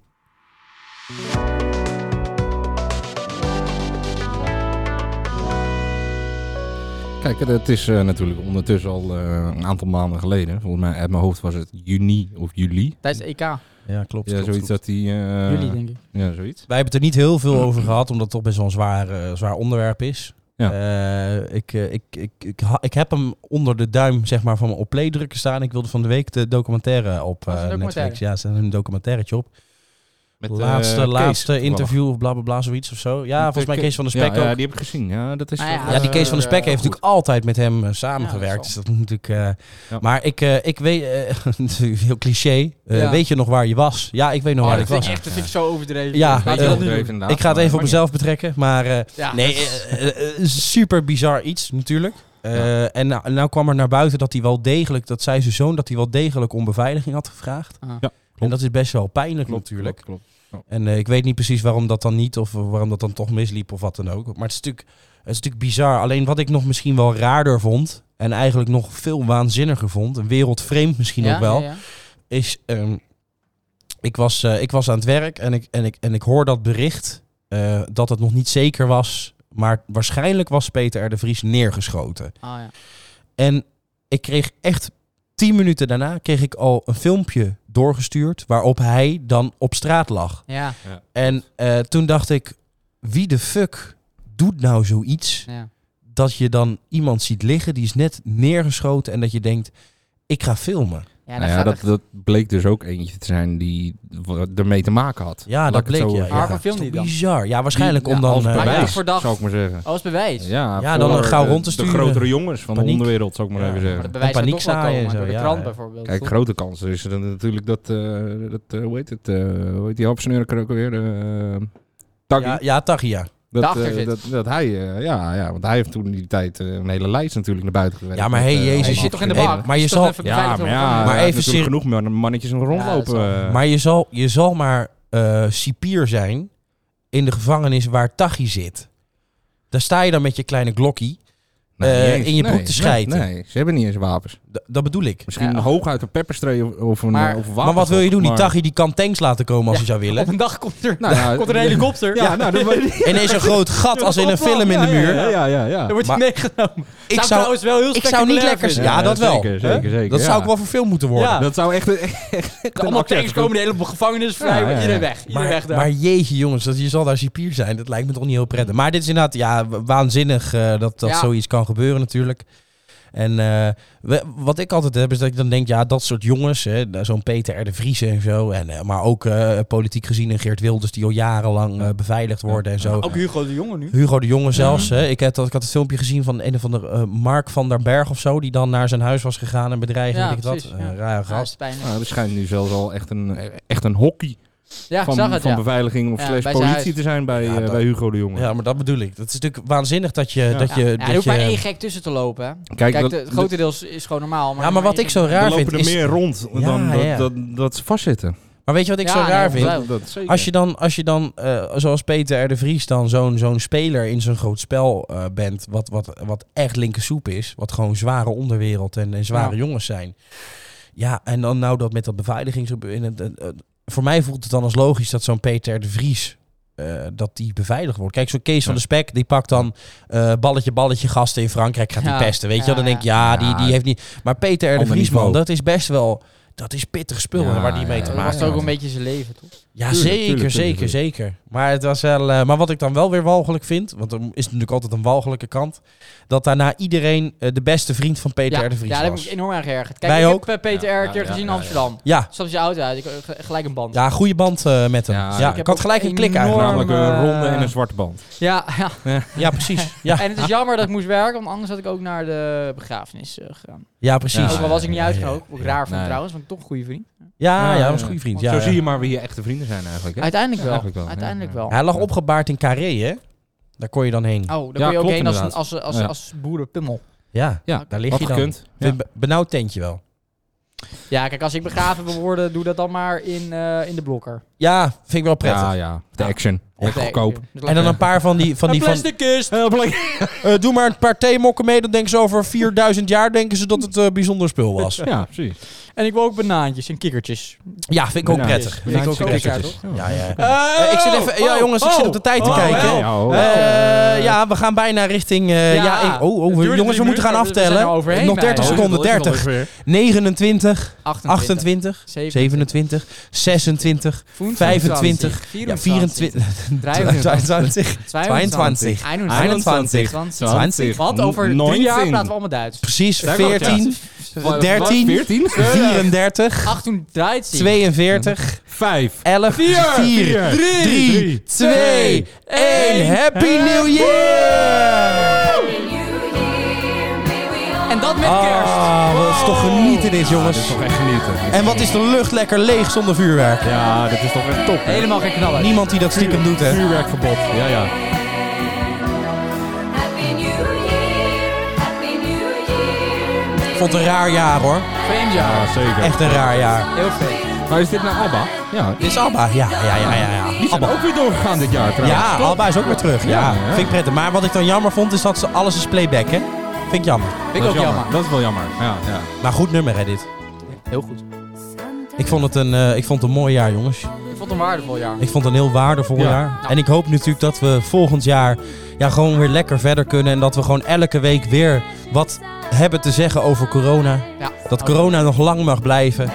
Kijk, het is eh, natuurlijk ondertussen al eh, een aantal maanden geleden. Volgens mij uit mijn hoofd was het juni of juli. Tijdens het EK. Ja, klopt. Ja, zoiets dat hij... eh, Jullie, denk ik. Ja, zoiets. Wij hebben het er niet heel veel over gehad, omdat het toch best wel een zwaar, eh, zwaar onderwerp is. Ja. Eh, ik, eh, ik, ik, ik, ha- ik heb hem onder de duim zeg maar, van mijn op play drukken staan. Ik wilde van de week de documentaire op Was eh er een documentaire? Netflix. Ja, er staat een documentairetje op. Met, laatste eh, Kees, laatste toevallig. interview of blablabla bla, bla, zoiets of zo. Ja, Met, volgens eh, mij Ke- Kees van de Spek ja, Ja, ook. die heb ik gezien. Ja, dat is Ah, toch ja, wel, Ja, die Kees van de eh, Spek heeft goed. natuurlijk altijd met hem eh, samengewerkt. dus Ja, dat is natuurlijk... eh, Ja. Maar ik, eh, ik weet... eh, natuurlijk heel cliché. Eh, Ja. Weet je nog waar je was? Ja, ik weet nog Oh, waar dat ik vind was. ik echt, dat vind ik zo overdreven. Ja, Laten we eh, dat eh, nu overdreven, doen. inderdaad. Ik ga het Maar even op dat mezelf betrekken. Maar eh, Ja, nee, dat is- eh, eh, eh, super bizar iets natuurlijk. Eh, En nou, nou kwam er naar buiten dat hij wel degelijk... Dat zei zijn zoon dat hij wel degelijk om beveiliging had gevraagd. Ah. Ja, en dat is best wel pijnlijk Klopt, natuurlijk. klopt, klopt. En eh, ik weet niet precies waarom dat dan niet of eh, waarom dat dan toch misliep of wat dan ook. Maar het is, natuurlijk, het is natuurlijk bizar. Alleen wat ik nog misschien wel raarder vond en eigenlijk nog veel waanzinniger vond, en wereldvreemd misschien Ja, ook wel, ja, ja. is ehm, ik, was, eh, ik was aan het werk en ik, en ik, en ik hoor dat bericht eh, dat het nog niet zeker was. Maar waarschijnlijk was Peter R. de Vries neergeschoten. Ah, ja. En ik kreeg echt tien minuten daarna kreeg ik al een filmpje doorgestuurd waarop hij dan op straat lag. Ja, En eh, toen dacht ik, wie de fuck doet nou zoiets ja. dat je dan iemand ziet liggen, die is net neergeschoten en dat je denkt, ik ga filmen. Ja, dan Nou ja, gaat dat, het- dat bleek dus ook eentje te zijn die w- ermee te maken had. Ja, Laat dat ik het bleek zo, je. eh, Ja, Waarom filmde is hij dan? Bizar. Ja, waarschijnlijk Die- om ja, dan... als eh, Maar ja, bewijs, verdacht. zou ik maar zeggen. Oh, als bewijs. Ja, Ja, dan voor, een gauw eh, rond te De sturen. grotere jongens van Paniek. de onderwereld, zou ik maar Ja. even Maar dat zeggen. bewijs En zou toch wel paniekzaaien komen, en zo, door de ja, krant ja. bijvoorbeeld. Kijk, toch? grote kans is er natuurlijk dat, eh, dat eh, hoe heet het, eh, hoe heet die hapsnurker ook weer? Taggy. ja, ja, Taghi, ja. dat, daarachter eh, zit. dat, dat hij, eh, ja, ja, want hij heeft toen in die tijd eh, een hele lijst natuurlijk naar buiten gewerkt. Ja, maar hey, eh, Jezus. Hij allemaal zit toch in de Hey, bak? afschuwelijke- maar je Is toch zal- even Ja, beveiligd maar om te ja, gaan? Maar maar even even serieus. natuurlijk genoeg man- mannetjes rondlopen. dat eh. Maar je zal, je zal maar eh cipier zijn in de gevangenis waar Taghi zit. Daar sta je dan met je kleine glokkie. Nee, niet eh, eens. in je broek Nee, te schijten. Nee, nee, ze hebben niet eens wapens. D- D- dat bedoel ik. Misschien Ja. hooguit een pepperstree of, of een Maar- eh, of een Maar wat wil je doen? Die maar- Tachi die kan tanks laten komen als hij zou willen. Op een dag komt er, Nou ja, komt er een helikopter. Ja, nou, dat was- Ineens een groot gat als in een film in de muur. Ja, ja, ja. ja. Dan wordt hij Maar- meegenomen. Ik zou- trouwens wel Ik zou heel niet spectaculair lekker vinden. zijn. Ja, dat wel. Zeker, zeker, zeker. Dat ja. zou ik wel voor film moeten worden. Ja. Dat zou echt... echt De allemaal tanks komen, de hele gevangenis vrij, Ja, ja, ja. iedereen weg. Iedereen Maar, weg daar. maar jeetje jongens, dat je zal daar cipier zijn, dat lijkt me toch niet heel prettig. Maar dit is inderdaad ja, wa- waanzinnig eh, dat, dat Ja. zoiets kan gebeuren natuurlijk. En eh, we- wat ik altijd heb is dat ik dan denk, ja, dat soort jongens, hè, nou, zo'n Peter R. de Vries en zo, en, eh, maar ook eh, politiek gezien en Geert Wilders die al jarenlang eh, beveiligd worden en zo. ook Hugo de Jonge nu. Hugo de Jonge zelfs. Hè. Ik, had, dat- ik had het filmpje gezien van een of andere eh, Mark van der Berg of zo, die dan naar zijn huis was gegaan en bedreigd. Ja, weet ik wat. precies, Eh, ja. rare Ja, gast. spijnig. Nou, er schijnt nu zelfs al echt een, eh, echt een hockey Ja, ik van, zag het, van ja. beveiliging of Ja, slash bij zijn politie huis. te zijn bij, Ja, eh, dat- bij Hugo de Jonge. Ja, maar dat bedoel ik. Dat is natuurlijk waanzinnig dat je... Ja. Dat je Ja, dat er hoeft je, maar één gek tussen te lopen. hè. Kijk, Kijk, dat- de- het grotendeels is gewoon normaal. Maar Ja, maar wat ik zo er raar vind lopen er is... meer rond Ja, dan dat, ja. Dat, dat ze vastzitten. Maar weet je wat ik Ja, zo nee, raar ongetwijfeld. vind? Dat, dat zeker. Als je dan, als je dan eh, zoals Peter R. de Vries dan zo'n zo'n speler in zo'n groot spel eh, bent... Wat, wat, wat echt linkersoep is. Wat gewoon zware onderwereld en, en zware jongens zijn. Ja, en dan nou dat met dat beveiligings... In het, eh, eh, voor mij voelt het dan als logisch dat zo'n Peter R. de Vries... eh, dat die beveiligd wordt. Kijk, zo'n Kees van de Spek, die pakt dan eh, balletje, balletje gasten in Frankrijk, gaat die Ja. pesten. Weet je, Ja, wel? dan denk ik, ja, die, die heeft niet. Maar Peter R. de Ander Vries, man, niveau. dat is best wel, dat is pittig spul Ja, waar die mee ja, te Dat ja. maken was heeft. ook een beetje zijn leven, toch? Ja, Tuurlijk, zeker, tuurlijk, zeker, tuurlijk. zeker. Maar, het was wel, eh, maar wat ik dan wel weer walgelijk vind, want er is natuurlijk altijd een walgelijke kant, dat daarna iedereen eh, de beste vriend van Peter ja, R. de Vries ja, daar heb was. ik me enorm aan geërgerd. Kijk, Wij ik ook. heb eh, Peter Ja, R. een ja, keer ja, gezien in ja, ja. Amsterdam. Ja, Stap je auto uit, ik, eh, ge- gelijk een band. ja, goede band eh, met hem. Ja, Ja, ik ik heb had ook gelijk een klik enorm- eigenlijk. Namelijk een eh, ronde en een zwarte band. Ja, ja. Ja, precies. Ja, En het is jammer dat ik moest werken, want anders had ik ook naar de begrafenis eh, gegaan. ja precies. Ook al was ik niet Ja, ja, uitgenodigd, wat ik raar vond Nee. trouwens, want ik toch een goede vriend. Ah, Ja, ja, dat Ja, was ja. een goede vriend. Want Ja, Zo ja. zie je maar wie je echte vrienden zijn eigenlijk. Hè? Uiteindelijk wel. eigenlijk wel, ja. Uiteindelijk wel. Hij lag opgebaard in Carré, hè? Daar kon je dan heen. Oh, daar Ja, kun je ook klopt heen als, inderdaad. als, als, Ja. als boerenpummel. Ja, Ja, daar lig had je dan. gekund. Ik vind het be- Benauwd tentje wel. Ja, kijk, als ik begraven wil worden, doe dat dan maar in, eh, in de blokker. Ja, vind ik wel prettig. Ja, ja. De action. Lekker goedkoop. En dan een paar van die... Van die van, plastic kist! eh, doe maar een paar theemokken mee, dan denken ze over 4000 jaar denken ze dat het eh, bijzonder spul was. Ja, precies. En ik wil ook banaantjes en kikkertjes. Ja, vind ik ook Banaantjes. prettig. Vind ik ook Banaantjes prettig. ook Ja, ja. Eh, ik zit even, ja oh, jongens, ik oh, zit op de tijd te oh, kijken. wel. Ja, oh. Eh, ja, we gaan bijna richting. eh, ja. Ja. ik- oh, oh, Het duurde jongens, we drie moeten gaan minuten, we zijn aftellen. er overheen Oh, Nog 30 bijna. seconden. 30, 29, 28, 28, 27, 27, 26, 25, 24, ja, 24, 23, 22, 21, 20. Wat? Over drie 19. jaar praten we allemaal Duits. precies Daar komt het, ja. 14, 13, 14? 34, 18, 13, 42, 5. 11, 4, 3, 2, 1. Happy New Year! En dat met kerst. Ah, wat is toch genieten dit, jongens. Dit is toch echt genieten. En wat is de lucht lekker leeg zonder vuurwerk. Ja, dit is toch echt top. hè? Helemaal geen knallen. Niemand die dat stiekem doet, hè. Vuurwerkverbod. Ja, ja. Happy New Year, Happy New Year. Vond het een raar jaar, hoor. Vreemd jaar. Ja, zeker. Echt een raar jaar. Heel vreemd. Maar is dit nou ABBA? Ja. Dit is ABBA. Ja, ja, ja, ja. ja. Die zijn ook weer doorgegaan dit jaar trouwens. Ja, Alba is ook weer terug. Ja, Ja, ja. vind ik prettig. Maar wat ik dan jammer vond, is dat ze alles is playback, hè. Vind ik jammer. Vind ik ook jammer. Dat is wel jammer. Ja, ja. Maar goed nummer, hè, dit. Heel goed. Ik vond het een, eh, ik vond het een mooi jaar, jongens. Ik vond het een waardevol jaar. Ik vond het een heel waardevol Ja. jaar. En ik hoop natuurlijk dat we volgend jaar ja, gewoon weer lekker verder kunnen. En dat we gewoon elke week weer wat hebben te zeggen over corona. Ja. Dat corona nog lang mag blijven.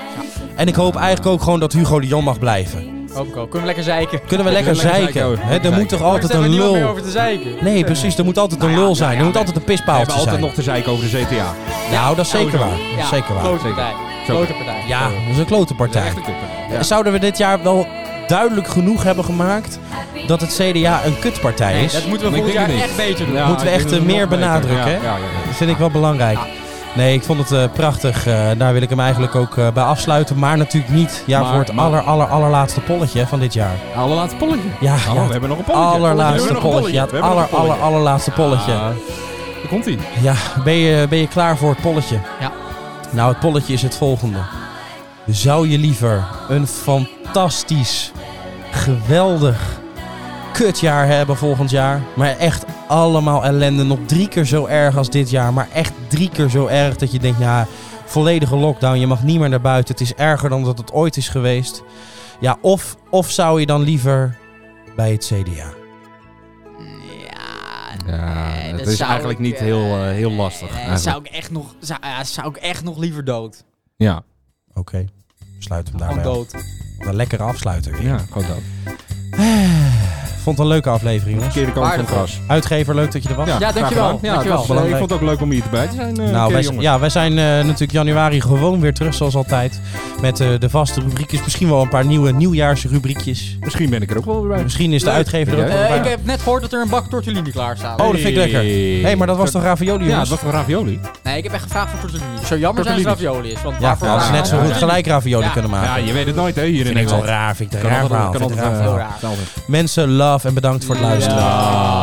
En ik hoop eigenlijk ook gewoon dat Hugo de Jong mag blijven. Hoop ik ook. Kunnen we lekker zeiken. Kunnen we lekker lekker zeiken zeiken. over. hè? Er moet toch Daar altijd zijn we een niet meer lul... over te zeiken. Nee, precies. Er moet altijd een lul zijn. Er moet altijd een We hebben pispaaltje altijd zijn. nog te zeiken over de CTA. Nou, dat is zeker waar. Dat is Ja, zeker waar. Grote partij. Zo. Grote partij. Ja, dat is een klote partij. Echt een kutter. Ja. Zouden we dit jaar wel duidelijk genoeg hebben gemaakt... dat het CDA een kutpartij Nee, is? dat moeten we Ik volgend denk jaar het niet. echt beter doen. Ja, Moeten we ik echt, denk dat eh, het meer nog beter- benadrukken, hè? Ja, ja, ja. Dat vind ik wel belangrijk. Nee, ik vond het eh, prachtig. Eh, daar wil ik hem eigenlijk ook eh, bij afsluiten. Maar natuurlijk niet ja, Maar- voor het maar- aller, aller, allerlaatste polletje hè, van dit jaar. Allerlaatste polletje. Ja, Hallo, ja, Oh, we hebben nog een polletje. allerlaatste We hebben nog een polletje. Ja, het We hebben aller, nog een aller, allerlaatste polletje. Ja, Daar komt ie. ben, je, ben je klaar voor het polletje? Ja. Nou, het polletje is het volgende. Zou je liever een fantastisch, geweldig kutjaar hebben volgend jaar? Maar echt allemaal ellende. Nog drie keer zo erg als dit jaar. Maar echt drie keer zo erg dat je denkt, ja, volledige lockdown. Je mag niet meer naar buiten. Het is erger dan dat het ooit is geweest. Ja, of, of zou je dan liever bij het CDA? Ja, Ja, nee, het dat is zou eigenlijk ik, niet heel, eh, eh, heel lastig, eh, eigenlijk. zou, ik echt nog, zou, ja, zou ik echt nog liever dood. Ja, Oké, sluit hem Gewoon daarbij af. dood. Wat Een lekkere afsluiter. ja, gewoon dat. Vond het een leuke aflevering, jongens. Verkeerde kant van het Waardevol. gras. Dankjewel. Uitgever, leuk dat je er was. Ja, graag dankjewel. gedaan. Ja, Dankjewel. dat was, eh, ik vond het ook leuk om hier te bij te zijn. eh, een Nou, keer, wij, jongens. ja, wij zijn eh, natuurlijk januari gewoon weer terug, zoals altijd. Met eh, de vaste rubriekjes. Misschien wel een paar nieuwe nieuwjaarsrubriekjes. Misschien ben ik er ook wel weer bij. Misschien is de Leuk. uitgever er ook Ja, wel Eh, bij. ik heb net gehoord dat er een bak tortellini klaar staat. Oh, dat vind ik lekker. Hé, hey, maar dat was toch ravioli, Ja, jongens? dat was wel ravioli. Nee, ik heb echt gevraagd voor tortellini. Zo jammer zijn als Tortellini. ravioli is. Want Ja, waarvoor we hadden vragen net zo we goed dan? gelijk ravioli Ja. kunnen maken. Ja, je weet het nooit, hè, hier in Ah. vind ik wel Nederland. raar, vind ik een Kan raar altijd- verhaal. kan vind ik een altijd, raar eh, verhaal. kan altijd. Mensen, love en bedankt voor het luisteren. Ja.